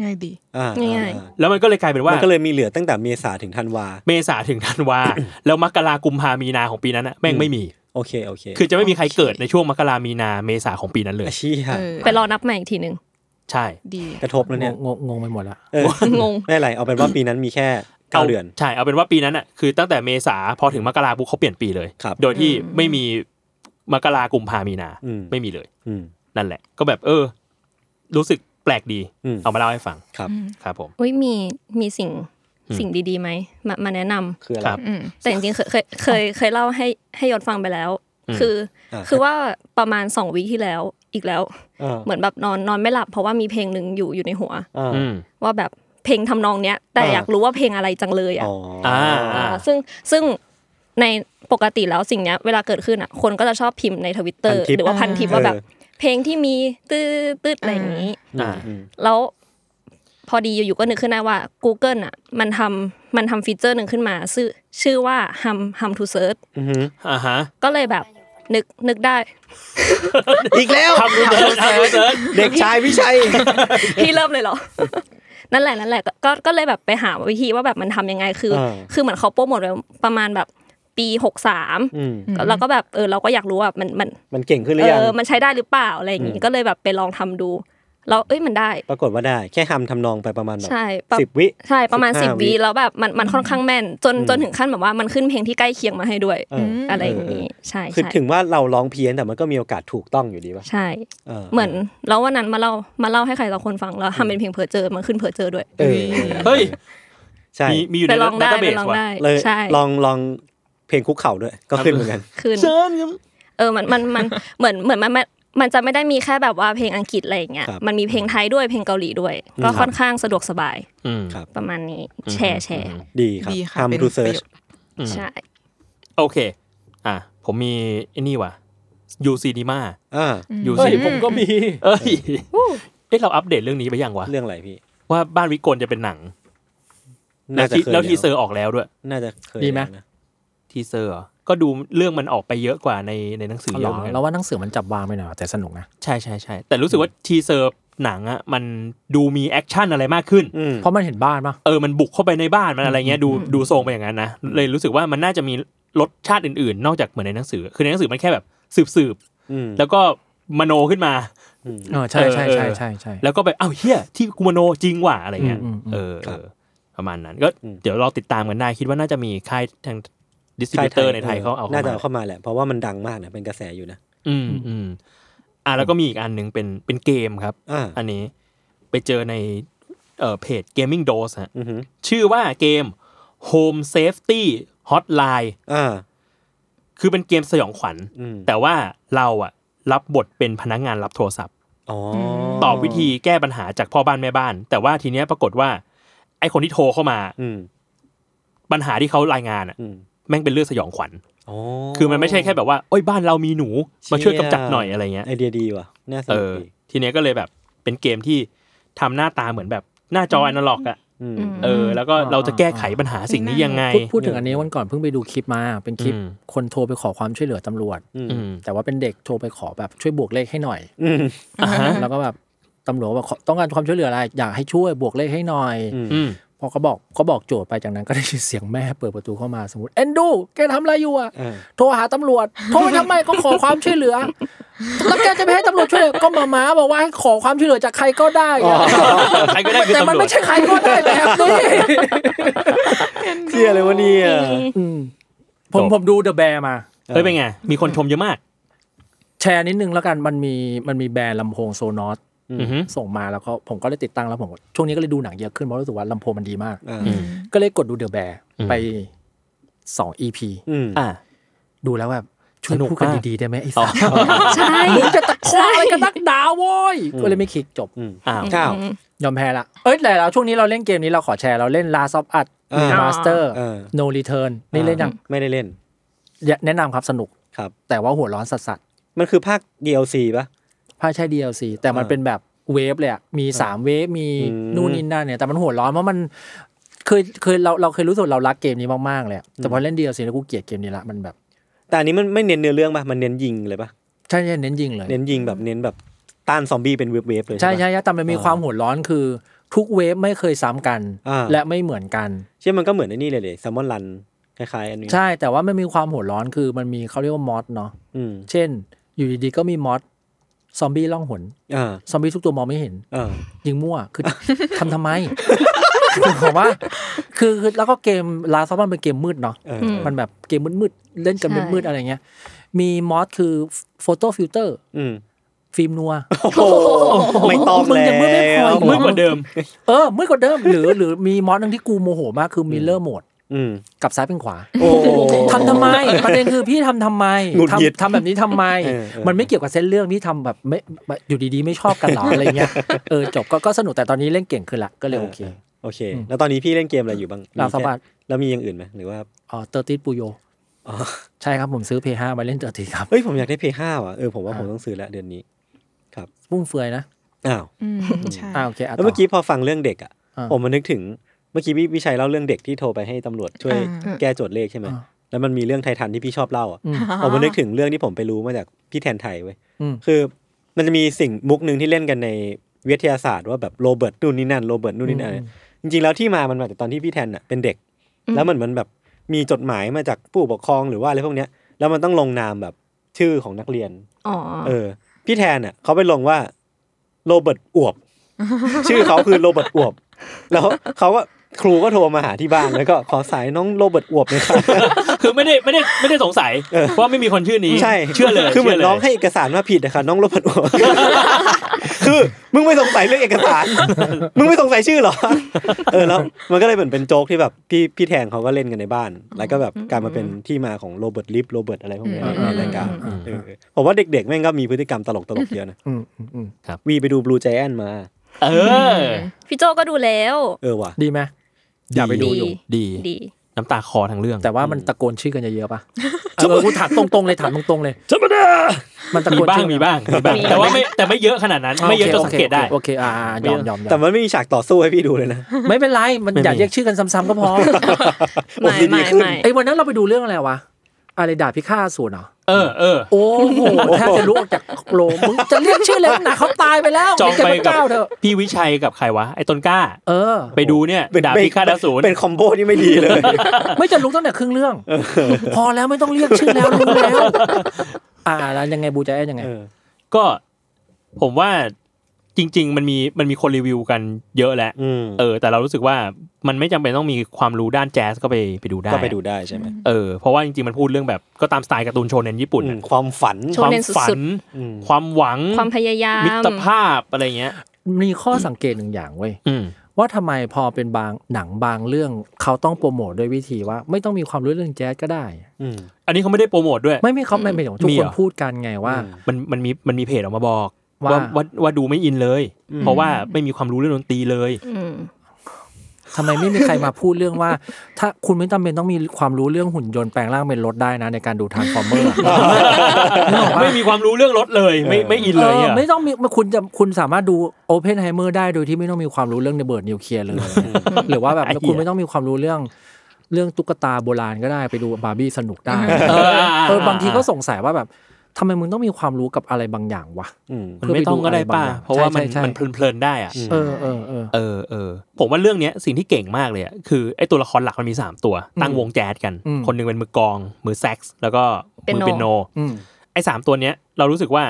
E: ง่ายดี
A: อ่า
D: ง่าย
B: แล้วมันก็เลยกลายเป็น
A: ๆมัน
B: ว่า
A: ก็เลยมีเหลือตั้งแต่เมษาถึงธันวา
B: เมษาถึงธันวา แล้วมกรากุมภามีนาของปีนั้นน่ะแม่งไม่มี
A: โอเค โอเค
B: คือจะไม่มีใครเกิดในช่วงมกรามีนาเมษาของปีนั้นเลย
A: อาชีพ
E: เออ
D: ไปรอนับใหม่อีกทีหนึ่ง
B: ใช่
E: ดี
A: กระทบแล้วเนี่ย
C: งงงงไปหมดละ
A: เออง
D: ง
A: ไม่เป็นไรเอาเป็นว่าปีนั้นมีแค่เก้าเดือน
B: ใช่เอาเป็นว่าปีนั้นอ่ะคือตั้งแต่เมษาพอถึงมกราปุ๊บเขาเปลี่ยนปีเลย
A: ครับ
B: โดยที่ไม่มีมกรากุมภามีนา
A: อืม
B: ไม่มีเลย
A: อืม
B: นั่นแหละ ก็แบบเออ รู้สึกแปลกดี
A: อืม
B: เอามาเล่าให้ฟัง
A: ครับ
B: ครับผม
D: อุ้ยมีมีสิ่ง
B: อืม
D: สิ่งดีๆไหมมามาแนะนำ
A: คืออะ
B: ค
A: ไร
B: รับ
E: อืม
D: แต่จริงๆเคยเคยเคยเคยเล่าให้ให้ยศฟังไปแล้ว
B: อืม
D: คือ
A: อ่า
D: คือว่าประมาณสองวีคที่แล้วอีกแล้ว
A: อ่า
D: เหมือนแบบนอนนอนไม่หลับ เพราะว่ามีเพลงหนึ่งอยู่อยู่ในหัว
A: อ่า
B: อืม
D: ว่าแบบเพลงทำนองเนี้ย แต่
A: อ่า
D: อยากรู้ว่าเพลงอะไรจังเลยอ่ะ
A: อ๋อ
B: อ่า
D: อ่าซึ่งซึ่งในปกติแล้วสิ่งเนี้ยเวลาเกิดขึ้นอ่ะคนก็จะชอบพิมพ์ในทวิตเตอร์หรือว่าพันทิปว่าแบบ เพลงที่มีตืดตืดอะไรอย่างนี้
B: อ่า
A: อืม
D: แล้วพอดีอยู่ๆก็นึกขึ้นได้ว่า Google อ่ะ มันทำมันทำฟีเจอร์หนึ่งขึ้นมาชื่อชื่อว่า hum hum to search
A: อือหือ
B: อ่าฮะ
D: ก็เลยแบบนึกนึกได้
A: อีกแล้ว
B: ทำดูเดินทำดูเดิน
A: เด็กชายวิชัย
D: พี่เริ่มเลยเหรอ นั่นแหละนั่นแหละก็ก็ก็เลยแบบไปหาวิธีว่าแบบมันทำยังไงคือ
A: อ่า
D: คือเหมือนเขาโปรโมทไว้ประมาณแบบปีหกสาม
A: อืม
D: แล้วก็แบบเออเราก็อยากรู้ว่ามันมัน
A: มันเก่งขึ้นหรื
D: เอ
A: อยัง
D: อมันใช้ได้หรือเปล่าอะไรอย่าง
A: อื
D: งี้
A: ม
D: ก็เลยแบบไปลองทำดูแล้วเอ้ยมันได้
A: ปรากฏว่าได้ แค่ทำทำนองไปประมาณแบบ
D: ใช่ปะ
A: สิบวิ
D: ใช่ประมาณ
A: สิ
D: สิ
A: บบ ห้าวิ
D: วีแล้วแบบมันมันค่อนข้างแม่น จน
A: อืม
D: จนถึงขั้นแบบว่ามันขึ้นเพลงที่ใกล้เคียงมาให้ด้วย
A: เอออ
E: ม
D: อะไรอย่างนี้ใช่
A: คือ
D: ใช่
A: ถึงว่าเราร้องเพี้ยนแต่มันก็มีโอกาสถูกต้องอยู่ดีป่ะ
D: ใช่เหมือนแล้ววันนั้นมาเล่ามาเล่าให้ใครต่อคนฟังแล้วทำเป็นเพลงเพอเจอมันขึ้นเพอเจอด้วย
A: เออ
B: เฮ้ย
A: ใช่
B: มีมีอยู่
D: ไป
B: ใน
D: ลอง
B: ดั
D: ได้
B: ตเตอร์เบส
D: ไปลอง
B: ว่ะ
D: ได้
A: เลย
D: ใช่
A: ลองลองเพลงคุกเข่าด้วย ก็ขึ้นเหมือนกัน
D: ขึ้น เออ มันมันมันเหมือนเหมือนมันมันมันจะไม่ได้มีแค่แบบว่าเพลงอังกฤษอะไรอย่างเงี้ย
A: ครับ
D: มันมีเพลงไทยด้วยเพลงเกาหลีด้วย ก็
A: ครับ
D: ค่อนข้างสะดวกสบาย
B: อืม
A: ครับ
D: ประมาณนี้แชร์แชร์
A: ดีครับ
E: ดีค่ะ
A: ทำ
E: เป็น
A: ทู
E: ประ
A: เซิ
E: โย
A: ร์
E: ช
A: ช
E: น์
D: ใช่
B: โอเค อ่ะ ผมมีไอ้นี่ว่ะยูซีนีมา
A: อ่า
B: ยู
C: เฮ้
B: ซี
C: ยผมก็มี
B: เอ้ยเอ๊ะเราอัปเดตเรื่องนี้ไปยังวะ
A: เรื่องอะไรพี่
B: ว่าบ้านวิกลจะเป็นหนัง
A: น่าจะ
B: แล้ว
A: เคย
B: ทีแล้วทีเซอร์ออกแล้วด้วย
A: น่าจะเคย
C: ดีไหม
A: นะ
B: ทีเซอร์เหรอก็ดูเรื่องมันออกไปเยอะกว่าในในหนังสือเย
C: เรา
B: อะเหมือนกัน
C: เราว่าหนังสือมันจับวางไปหน่อยแต่สนุกนะ
B: ใช่ใช่ใช่แต่รู้สึกว่าทีเซอร์หนังอ่ะมันดูมีแอคชั่นอะไรมากขึ้น
A: อืม
C: เพราะมันเห็นบ้านปะ
B: เออ มันบุกเข้าไปในบ้าน มันอะไรเงี้ย ดู ดูทรงไปอย่างนั้นนะ เลยรู้สึกว่ามันน่าจะมีรสชาติอื่นๆ นอกจากเหมือนในหนังสือ คือในหนังสือมันแค่แบบสืบสืบ
A: อืม
B: ๆแล้วก็มโนขึ้นมา
A: อืม
C: เออใช่ใช่
B: เออ
C: ใช่ใช่ใช่
B: แล้วก็แบบอ้าวเฮียที่กูมโนจริงว่ะอะไรเงี้ย
C: อืมอืมอืม
B: เออเออ ประมาณนั้น ก็
A: อืม
B: เดี๋ยวรอติดตามกันได้ คิดว่าน่าจะมีค่ายทางดิสติบิวเตอร์ในไทยเขาเอาเข้า
A: น่าจะ
B: มา
A: เอาเข้ามาแหละ เพราะว่ามันดังมากนะเป็นกระแสอยู่นะ
B: อืมอืมอ่ะแล้วก็มีอีกอันหนึ่งเป็น เป็นเกมครับ
A: อ่า
B: อันนี้ไปเจอใน เอ่อ เพจ Gaming Dose ฮะ
A: อือหือ
B: ชื่อว่าเกม Home Safety Hotline
A: อ่า
B: คือเป็นเกมสยองขวัญ
A: อืม
B: แต่ว่าเราอะรับบทเป็นพนักงานรับโทรศัพท์
A: อ๋อ
B: ตอบวิธีแก้ปัญหาจากพ่อบ้านแม่บ้าน แต่ว่าทีเนี้ยปรากฏว่า ไอคนที่โทรเข้ามา
A: อืม
B: ปัญหาที่เขารายงานอะ
A: อืม
B: แม่งเป็นเรื่องสยองขวัญ
A: อ๋อ
B: คือมันไม่ใช่แค่แบบว่าโอ้ยบ้านเรามีหนูมาช่วยกำจัดหน่อยอะไรเงี้ย
A: ไอเดียดีว่ะ น่าส
B: เอ
A: นุก
B: อ
A: ดี
B: ทีเนี้ยก็เลยแบบเป็นเกมที่ทำหน้าตาเหมือนแบบหน้าจออนาล็อกอะ
A: ม
D: อืม
B: เออแล้วก็เราจะแก้ไขปัญหาสิ่งนี้ยังไง
C: พูดพูดถึงอันนี้วันก่อนเพิ่งไปดูคลิปมา เป็นคลิป
B: อืม
C: คนโทรไปขอความช่วยเหลือตำรวจ
A: อืม
B: อืม
C: แต่ว่าเป็นเด็กโทรไปขอแบบช่วยบวกเลขให้หน่อย
A: อืม
B: อ่าฮะ
C: แล้วก็แบบตำรวจบอกขอต้องการความช่วยเหลืออะไรอยากให้ช่วยบวกเลขให้หน่อย
A: อืม
B: อืม
C: พอก็บอกก็บอกโจทย์ไปจากนั้นก็ได้ยินเสียงแม่เปิดประตูเข้ามาสมมติเอ็นดูแกทำอะไรอยู่อะ
A: อ่า
C: โทรหาตำรวจโทรไปทำไมก็ขอความช่วยเหลือ แล้วแกจะไปให้ตำรวจช่วยเหลือก็มาม้าบอกว่าให้ขอความช่วยเหลือจากใครก็ได้อะ
B: ใครก็ได้คือ
C: แต่
B: ตำรวจ
C: มันไม่ใช่ใครก็ได้ แบบนี้
A: เชี่ยเลยวะเนี่ย
C: ผม
B: จบ
C: ผมดู The Bear มา
B: เฮ้ยเป็นไง มีคนชมเยอะมาก
C: แชร์นิดนึงแล้วกันมันมีมันมีแบรนด์ลำโพงโซนอส
A: อื
B: อื
A: ม
B: อฮึ
C: ส่งมาแล้วก็ผมก็เลยติดตั้งแล้วผมก็ช่วงนี้ก็เลยดูหนังเยอะขึ้นเพราะรู้สึกว่าลำโพงมันดีมาก
A: อ่า
B: อืม
C: ก็เลยกดดู The Bear
B: อืม
C: ไป 2 EP
A: อืม
B: อ่า
C: ดูแล้วแบบช่วย
B: สนุก
C: พูดกัน
B: มาก
C: ดีๆได้ไหมไอ้สัส
D: ใช่
C: มึงจะตะคอกอะไรกันนักดาวโว้ย
A: อืม
C: ก็เลยไม่คลิกจบ
A: อืม
B: อ้าว
A: ข้าว
C: ยอมแพ้ละ เอ้ยแต่เราช่วงนี้เราเล่นเกมนี้เราขอแชร์เราเล่น Last of Us
A: อ่า
C: Master
A: เออ
C: No Return นี่เล่นยัง
A: ไม่ได้เล่น
C: แนะนำครับสนุก
A: ครับ
C: แต่ว่าหัวร้อนสัสๆ
A: มันคือภาค DLC ปะ
C: ภาคใช่ DLC แต่มัน
A: อ่า
C: เป็นแบบเวฟเลยอะมีสามเวฟมี
A: อืม
C: นู่นนี่นั่นเนี่ยแต่มันหัวร้อนเพราะมันเคยเคยเราเราเคยรู้สึกเรารักเกมนี้มากๆเลยอะแต่พอเล่น DLC แล้วกูเกลียดเกมนี้ละมันแบบ
A: แต่อันนี้มันไม่เน้นเนื้อเรื่องปะมันเน้นยิงเลยปะ
C: ใช่ใช่เน้นยิงเลย
A: เน้นยิงแบบเน้นแบบต้านซอมบี้เป็นเวฟๆเลย
C: ใช่
A: ปะ
C: ใช่ใช่แต่มันมี
A: อ่า
C: ความหัวร้อนคือทุกเวฟไม่เคยซ้ำกัน
A: อ่า
C: และไม่เหมือนกัน
A: เชี่ยมันก็เหมือนไอ้นี่เลยเลยแซมมอนรันคล้ายๆ อันนี้
C: ใช่แต่ว่ามันมีความหัวร้อนคือมันมีเขาเรียกว่ามอสเนาะ
A: อืม
C: เช่น อยู่ดีๆก็มีมอสซอมบี้ล่องหน
A: อ่า
C: ซอมบี้ทุกตัวมองไม่เห็น
A: อ่า
C: ยิงมั่ว คือ ทำทำไมคือผมว่า คือคือแล้วก็เกมลาซอมันเป็นเกมมืดเนาะ
A: เออ
C: มันแบบเกมมืดๆ เล่นกันมืดๆ อะไรเงี้ย มีมอสคือโฟโต้ฟิลเตอร์
A: อืม
C: ฟิล์มนัว
A: โอ้โหไม่ต้อง
C: มึง
A: แล้ว
C: ยังมืดไม่พออีกหร
B: มืดกว่าเดิม
C: เออมืดกว่าเดิม หรือหรือมีมอสหนึงที่กูโมโหมากคือมิเลอร์โหมด
A: อืม
C: กับซ้ายเป็นขวา
A: โอ้โห
C: ทำทำไม ประเด็นคือพี่ทำทำไม
A: หงุดหงิด
C: ทำทำแบบนี้ทำไม
A: เออเออ
C: มันไม่เกี่ยวกับเส้นเรื่องที่ทำแบบไม่อยู่ดีๆไม่ชอบกันเหรออะไรเงี้ยเออจบก็ก็สนุกแต่ตอนนี้เล่นเก่งขึ้นละก็เลยโอเค
A: โอเค
C: อืม
A: แล้วตอนนี้พี่เล่นเกมอะไรอยู่บ้าง
C: ลาซาบัส
A: มีแค่แล้วมีอย่างอื่นไหมหรือว่า
C: อ๋อเตอร์ติสปูโย
A: อ๋อ
C: ใช่ครับผมซื้อ P5 มาเล่นเตอร์ติครับ
A: เฮ้ย ผมอยากได้เพย์ห้าว่ะเออผมว่า
C: อ่า
A: ผมต้องซื้อแล้วเดือนนี้
C: ฟุ่มเฟือยนะ
A: อ้าว
E: อืมใช่
C: อ่าโอเคอ่ะ
A: แล้วเมื่อกี้พอฟังเรื่องเด็กอ่ะผ
C: ผม ม
A: มานึกถึงเมื่อกี้พี่พี่ชัยเล่าเรื่องเด็กที่โทรไปให้ตำรวจช่วยแก้โจทย์เลขใช่ไหม
C: อ่า
A: แล้วมันมีเรื่องไททันที่พี่ชอบเล่าอ่ะ
C: อืม
A: ผมมานึก ถึงเรื่องที่ผมไปรู้มาจากพี่แทนไทยเว้ย
C: อืม
A: คือมันจะมีสิ่งมุกหนึ่งที่เล่นกันในวิทยาศาสตร์ว่าแบบโรเบิร์ตนู่นนี่นั่นโรเบิร์ตนู่นนี่นั่นจริงๆแล้วที่มามันมาจากตอนที่พี่แทนอ่ะเป็นเด็ก แล้วมันเหมือนแบบมีจดหมายมาจากผู้ปกครองหรือว่าอะไรพวกเนี้ยแล้วมันต้องลงนามแบบชื่อของนักเรียน
D: อ๋อ
A: เออพี่แทนอ่ะเขาไปลงว่าโรเบิร์ตอวบ ชื่อเขาคือโรเบิร์ตอวบ แล้วเขาก็ครูก็โทรมาหาที่บ้านแล้วก็ขอสายน้องโรเบิร์ตอวบหนะครับ
B: คือไม่ได้ไม่ได้ไม่ได้สงสัย
A: เออ
B: ว่าไม่มีคนชื่อนี้
A: ใช่
B: เชื่อเลย
A: คือเหมือน
B: ชื่ลย
A: น้องให้เอกสารมาผิดนะคะน้องลบผัด หัว คือมึงไม่สงสัยเรื่องเอกสาร มึงไม่สงสัยชื่อเหรอ เออแล้วมันก็เลยเหมือนเป็นโจ๊กที่แบบพี่พี่แทงเขาก็เล่นกันในบ้าน แล้วก็แบบการมาเป็นที่มาของโรเบิร์ตลิฟโรเบิร์ตอะไรพวกนี้
E: อืม
A: ในรายการเออผมว่าเด็กๆแม่งก็มีพฤติกรรมตลกตลกๆเยอะนะ
C: อืมอืมอืม
A: วีไปดูบลูแจนมา
B: เออ
D: พี่โจก็ดูแล้ว
A: เออว่ะ
C: ดีไหม
G: อย่าไปดูอยู่
B: ดี
D: ดี
B: น้ำตาคอทั้งเรื่อง
C: แต่ว่ามันตะโกนชื่อกันเยอะๆป่ะเออกูถามตรงๆเลยถามตรงๆเลย
B: ธรรมดา
C: มันตะ
B: มี
C: โกน
B: บ้าง
C: ชื่อ
B: มีบ้างมีบ้าง
D: มี
B: แต่ว่าไม่แต่ไม่เยอะขนาดนั้น ไม่เยอะจนสังเกตได้
C: โอเคโอเคโอเคอ่ายอมยอมยอม
A: แต่มันไม่มีฉากต่อสู้ให้พี่ดูเลยนะ
C: ไม่เป็นไรมัน
B: ไม่มี
C: อย่าเรียกชื่อกันซ้ำๆก็พอ
D: ไม่ไม่ไม่
C: ไอ้วันนั้นเราไปดูเรื่องอะไรวะอะไรด่าพิฆาตอสูนเหรอ
B: เออเออ
C: โอ้โหแทบจะลุกออกจากโรงมึงจะเรียกชื่อเลยนะเขาตายไปแล้ว
B: จองไป
C: ม่
B: กับ
C: เจ้าเก้าเถอะ
B: พี่วิชัยกับใครวะไอ้ต้นกล้า
C: เออ
B: ไปดูเนี่ย
A: เป็น
B: ดาบพิฆาตอสูร
A: เป็นคอมโบที่ไม่ดีเลย
C: ไม่จะลุกตั้งแต่ครึ่งเรื่อง พอแล้วไม่ต้องเรียกชื่อแล้วรู้แล้ว อ่าแล้วยังไงบูจะแอนยังไง
A: เออ
B: ก็ ผมว่าจริง ๆ มันมีมันมีคนรีวิวกันเยอะแหละ
A: อืม
B: เออ แต่เรารู้สึกว่ามันไม่จำเป็นต้องมีความรู้ด้านแจ๊สก็ไปไปดูได้
A: ก็ไปดูได้ใช่ไหม
B: เออเพราะว่าจริงๆมันพูดเรื่องแบบก็ตามสไตล์การ์ตูนโชเนนญี่ปุ่น
A: อืม
B: น่ะ
A: ความฝัน
D: โช
B: ความ
D: เนน
B: ฝั
D: สุด
B: น
A: อืม
B: ความหวัง
D: ๆ ความพยายาม
B: มิตรภาพอะไรเงี้ย
C: มีข้อสังเกตหนึ่งอย่างเว้ย
B: อืม
C: ว่าทำไมพอเป็นบางหนังบางเรื่องเขาต้องโปรโมทด้วยวิธีว่า ไม่ต้องมีความรู้เรื่องแจ๊สก็ได้
A: อืม
B: อันนี้เขาไม่ได้โปรโมทด้วย
C: ไม่ไม่เขาไม่ไม่ของทุก
B: มี
C: ค
B: เหร
C: น
B: อ
C: พูดกันไงว่า
B: มันมันมีมันมีเพจออกมาบอก
C: ว่า
B: ว่าว่าว่าดูไม่อินเลย เพราะว่าไม่มีความรู้เรื่องดนตรีเลย
D: อืม
C: ทำไมไม่มีใครมาพูดเรื่องว่า ถ้าคุณไม่จำเป็นต้องมีความรู้เรื่องหุ่นยนต์แปลงร่างเป็นรถได้นะ ในการดูทางฟอร์เมอร์
B: ไม่มีความรู้เรื่องรถเลย ไม่ไม่อินเลยอ่ะ
C: ไม่ต้องมีคุณจะคุณสามารถดูโอเพนไฮเมอร์ได้โดยที่ไม่ต้องมีความรู้เรื่องระเบิดนิวเคลียร์เลยหรือว่าแบบคุณไม่ต้องมีความรู้เรื่องเรื่องตุ๊กตาโบราณก็ได้ไปดูบาร์บี้สนุกได้
B: เออ
C: เออบางทีก็สงสัยว่าแบบทำไมมึงต้องมีความรู้กับอะไรบางอย่างวะ
A: อืม
B: มันไม่ต้องก็ได้ป่ะ เพราะว่ามัน
C: ใช่ใช่
B: มันเพลินๆได้อ่ะ
C: เออเออเออ
B: เออเออผมว่าเรื่องเนี้ยสิ่งที่เก่งมากเลยอ่ะคือไอ้ตัวละครหลักมันมี 3 ตัว ตั้งวงแจ๊สกัน คนหนึงเป็นมือกลอง มือแซกซ์แล้วก็มือ
D: เปี
B: เปี
D: ย
B: ย
D: โน
B: โน
C: อืม
B: ไอ้สามตัวเนี้ยเรารู้สึกว่า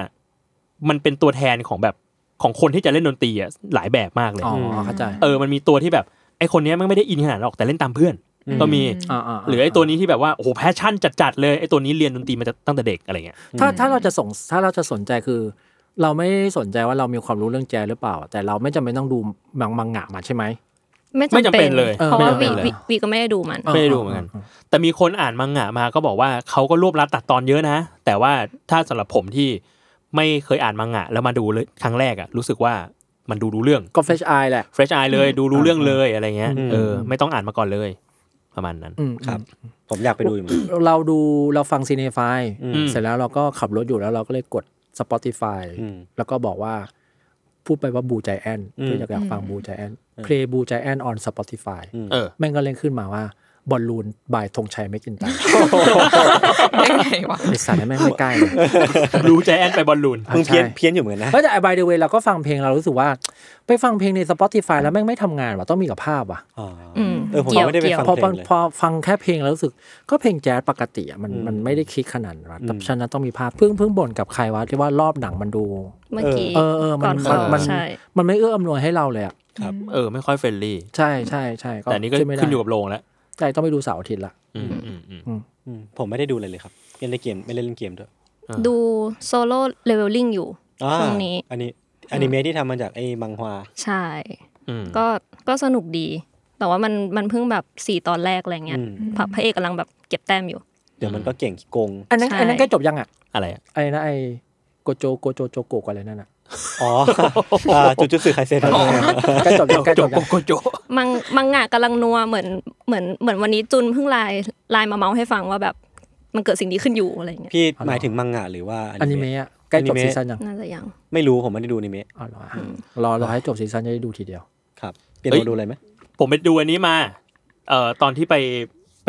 B: มันเป็นตัวแทนของแบบของคนที่จะเล่นดนตรีอ่ะหลายแบบมากเลย
C: อ๋อเข้าใจ
B: เออ มันมีตัวที่แบบไอ้คนเนี้ยมันไม่ได้อินขนาดหรอกแต่เล่นตามเพื่อน ก็มี
C: อ่า
B: หรือไอ้ตัวนี้ที่แบบว่าโอ้โหแพชชั่นจัดๆเลยไอ้ตัวนี้เรียนดนตรีมาตั้งแต่เด็กอะไรเงี้ย
C: ถ้าถ้าเราจะสงถ้าเราจะสนใจคือ เราไม่สนใจว่าเรามีความรู้เรื่องแจหรือเปล่า แต่เราไม่จำเป็นต้องดูมังมังงะมาใช่ไหม
B: ไม่จำเป็นเลย
C: เออ
D: เพราะว่า
C: ไม่
D: วี
C: จำเป็นเลย
D: วีวีก็ไม่ได้ดูมัน
B: ไม่ได้ดูเหมือนกัน แต่มีคนอ่านมังงะมาก็บอกว่าเขาก็รวบรัดตัดตอนเยอะนะ แต่ว่าถ้าสำหรับผมที่ไม่เคยอ่านมังงะ แล้วมาดูเลยครั้งแรกอะรู้สึกว่ามันดูรู้เรื่อง
C: ก็เฟชไอแหละ
B: fresh eye เลยดูรู้เรื่องเลยอะไรเงี้ย
A: อืม
B: เออไม่ต้องอ่านมาก่อนเลย ประมาณนั้น
C: อืม
A: ครับ ผมอยากไปดูอยู่เหมือนกัน
C: เราดูเราฟังซีเนฟาย
A: อืม
C: เสร็จแล้วเราก็ขับรถอยู่แล้วเราก็เลยกด Spotify
A: อืม
C: แล้วก็บอกว่า พูดไปว่าบูใจแอน
A: อืม
C: เพื่ออยากอยากฟังบูใจแอนเพลงบูใจแอนออนสปอติฟาย
B: เออ
C: แม่งก็เล่นขึ้นมาว่าบอลลูนบายธงชัยไม่กิน ตัง
E: ได้ไงวะ
C: ไอสารแม่งไม่ใกล้เลย
B: รู้ใจแอนไปบอลลูน
A: มึงเพี้ยนเพี้ยนอยู่เหมือนกันนะ
C: เฮ้ยแต่บายเดเวเราก็ฟังเพลงเรารู้สึกว่า ไปฟังเพลงใน Spotify แล้วแม่งไม่ทำงานว่ะต้องมีกับภาพว่ะ
A: อ๋ออ
D: อืม
A: เออผม
D: เกี่ยว
A: ไม่ได้ไป
D: เกี่ยว
A: ฟัง
C: พอฟัง
A: เพลเลย
C: พอฟังแค่เพลงแล้วรู้สึก ก็เพลงแจ๊สปกติอะมัน
A: อืม
C: มันไม่ได้คลิกขนาดนั้นว่ะแต่
A: อืม
C: ฉะนั้นต้องมีภาพเพิ่งเพิ่งบ่นกับใครวะที่ว่ารอบหนังมันดู
D: เมื่อกี้
C: เออเออมั
D: ก่อน
C: มัน
D: นเข้า
C: มัน
D: ใช่
C: มันไม่เอื้ออำนวยให้เราเลยอ่ะ
B: เออไม่ค่อยเฟรนลี่
C: ใช่ใช่ใช่
B: แต่อันนี้ก็
C: ไม่ได้
B: ขึ้นอยู่กับโรงแล้ว
C: ใช่ต้องไปดูเสาร์อาทิตย์ละ
B: อืมอืมอืม
A: อืมผมไม่ได้ดูอะไรเลยครับเล่นแต่เกมไม่ได้เล่นเกมด้วย
D: ดูโซโล่เลเวลลิ่งอยู่
A: อ่า
D: ช่วงนี้
A: อันนี้อนิเมะที่ทำมาจากไอ้มังฮวา
D: ใช่
B: อืม
D: ก็ก็สนุกดี แต่ว่ามันมันเพิ่งแบบสี่ตอนแรกอะไรเงี้ย
A: อืม
D: พระพระเอกกำลังแบบเก็บแต้มอยู่
A: เดี๋ยวมันก็เก่งขี้โกง
C: อันนั้น
D: ใช่
C: อันนั้นใกล้จบยังอ่ะ
B: อะไรอะ
C: ไอ้นะไอโกโจโกโจโจโกะอะไร นั่นอ่ะ
A: อ๋ออ่าจุดจุดสื่อไคเซน
C: ใกล้จบยังใกล้จบยัง
B: โกโจ
D: มังมังงะกำลังนัวเหมือนเหมือนเหมือนวันนี้จุนเพิ่งไลน์ไลน์มาเมาส์ให้ฟังว่าแบบมันเกิดสิ่งนี้ขึ้นอยู่อะไรเงี้ย
A: พี่หมายถึงมังงะหรือว่า
C: อ
A: อ
C: นิ
A: นิ
C: เมะ
A: เมะ
C: อะใกล้จบ
A: อนิเมะ
C: ซีซั่นยัง
D: น่าจะยัง
A: ไม่รู้ผมไม่ได้ดูอนิเมะ
C: อ๋อเหรออ่ะรอรอให้จบซีซั่นจะได้ดูทีเดียว
A: ครับเปลี่ยนมาดูอะไรไหม
B: ผมไปดูอันนี้มาเอ่อตอนที่ไปไป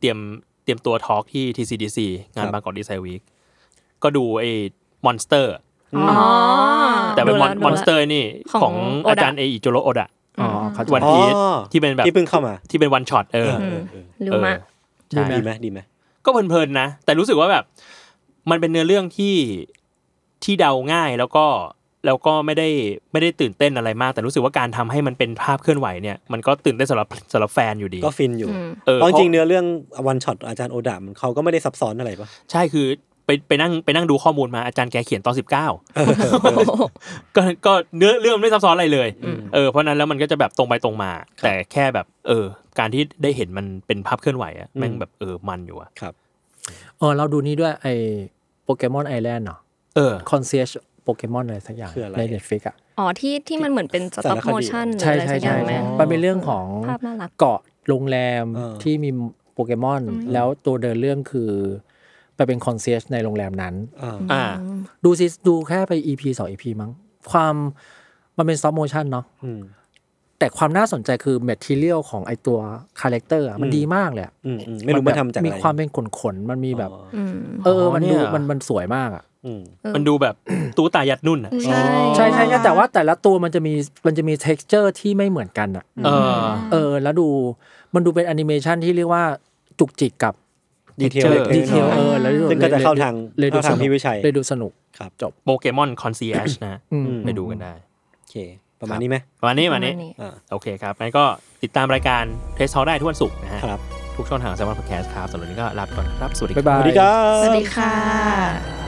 B: เตรียมเตรียมตัวทอล์กที่ TCDC งานบางกอกดีไซน์วีคก็ดูไอ้มอนสเตอร์
D: อ๋อ
B: แต่เป็น
D: ดูละ
B: มอนสเตอร์นี่
D: ของ
B: ของ
D: โอดะ
B: อาจารย์เออิโจโรโอดะ
C: อ๋อเขา
B: วัน
C: จะ
B: พีช
A: อ๋อ
B: ที่เป็นแบบ
A: ที่เพิ่งเข้ามา
B: ที่เป็นวันช็อตเออ
A: เออเออ
D: หรือ
B: เออ
D: มา
B: ใช่
A: ดีไหมดีไหม
B: ก็เพลินๆนะ แต่รู้สึกว่าแบบ มันเป็นเนื้อเรื่องที่ที่เดาง่ายแล้วก็ แล้วก็ไม่ได้ไม่ได้ตื่นเต้นอะไรมาก แต่รู้สึกว่าการทำให้มันเป็นภาพเคลื่อนไหวเนี่ยมันก็ตื่นเต้นสำหรับสำหรับแฟนอยู่ดี
A: ก็ฟินอยู่
D: อืม
B: เออ
A: เพราะจริงๆ
B: เพราะ
A: เนื้อเรื่องวันช็อตอาจารย์โอดามันเขาก็ไม่ได้ซับซ้อนอะไรปะ
B: ใช่คือไปไปนั่งไปนั่งดูข้อมูลมาอาจารย์แกเขียนตอนสิบเก้า ก็ก็เนื้อเรื่องไม่ซับซ้อนอะไรเลย เออเพราะนั้นแล้วมันก็จะแบบตรงไปตรงมา แต่แค่แบบเออ การที่ได้เห็นมันเป็นภาพเคลื่อนไหวอะแม่งแบบเออมันอยู่อะ
C: เออเราดูนี่ด้วยไอโปเกมอนไอแลนด์เนาะ
B: เออ
C: คอนเซียชโปเกมอนอะไรสักอย่าง
A: คืออะไร
C: ในเน็ตฟลิกอ่ะ
D: อ๋อที่ที่มันเหมือนเป็นสต็อปโมชั่นหรือ
C: ใช่
D: อะไร
C: ใช่
D: สักอ
C: ใช่
D: ย่างไหม
C: ใช่มันเป็นเรื่องของ
D: ภาพน่ารัก
C: เกาะโรงแรม
A: เออ
C: ที่มีโปเกมอน แล้วตัวเดินเรื่องคือไปเป็นคอนเซียชในโรงแรมนั้น
A: อ่า
B: อ่า
C: ดูซิดูแค่ไป EP สอง EP มั้ง ความมันเป็นซอฟโมชั่นเนาะ
A: อืม
C: แต่ความน่าสนใจคือแมทเทียลของไอตัวคาแรคเตอร์มัน
A: อืม
C: ดีมากเลยอะ
A: อืมอืมไม่รู้มันทำจากอะไร
C: มีความเป็นขนขนๆมันมีแบบ
D: อืม
C: เออ มันดู
B: เนี่ย
C: มันมันสวยมากอ่ะ
A: อืม
B: มันดูแบบ ตู้ตายัดนุ่นอะ
D: ใช่
C: ใช่ใช่ใช่แต่ว่าแต่ละตัวมันจะมีมันจะมี t e x t อร์ที่ไม่เหมือนกันอ่ะ
B: เออ
C: เออ แล้วดูมันดูเป็นแอนิเมชันที่เรียกว่าจุกจิกกับ
A: ดีเทล
B: Picture
A: เล็ก
C: ดี
A: ๆ
C: เทล
A: น้อย
C: เออแล้วดู
A: ๆซึ่งก็จะเข้าทาง
C: เลยดู
A: เข้า
C: ส
A: ทาง
C: นุ
A: พี่
C: ก
A: วิชัย
C: เลยดูสนุก
A: ครับ
C: จบ
B: โปเกมอนคอนเซียชนะ
C: อืม
B: ไปดูกันได้
A: โอเค ประมาณนี้ไหม
B: ประมาณนี้ประมาณ
D: ป
B: นี้
D: ระมาณนี้
A: อ่า
B: โอเคครับงั้นก็ติดตามรายการเทสทอได้ทุกวันศุกร์นะฮะ
A: ครับ
B: ทุกช่องทางสำหรับพอดแคสต์ครับสำหรับวันนี้ก็ลาไปก่อนครับ สวัสดีครับ
C: บ๊ายบา
A: ส
C: ย
A: วัสดีครับ
D: สวัสดีค่ะ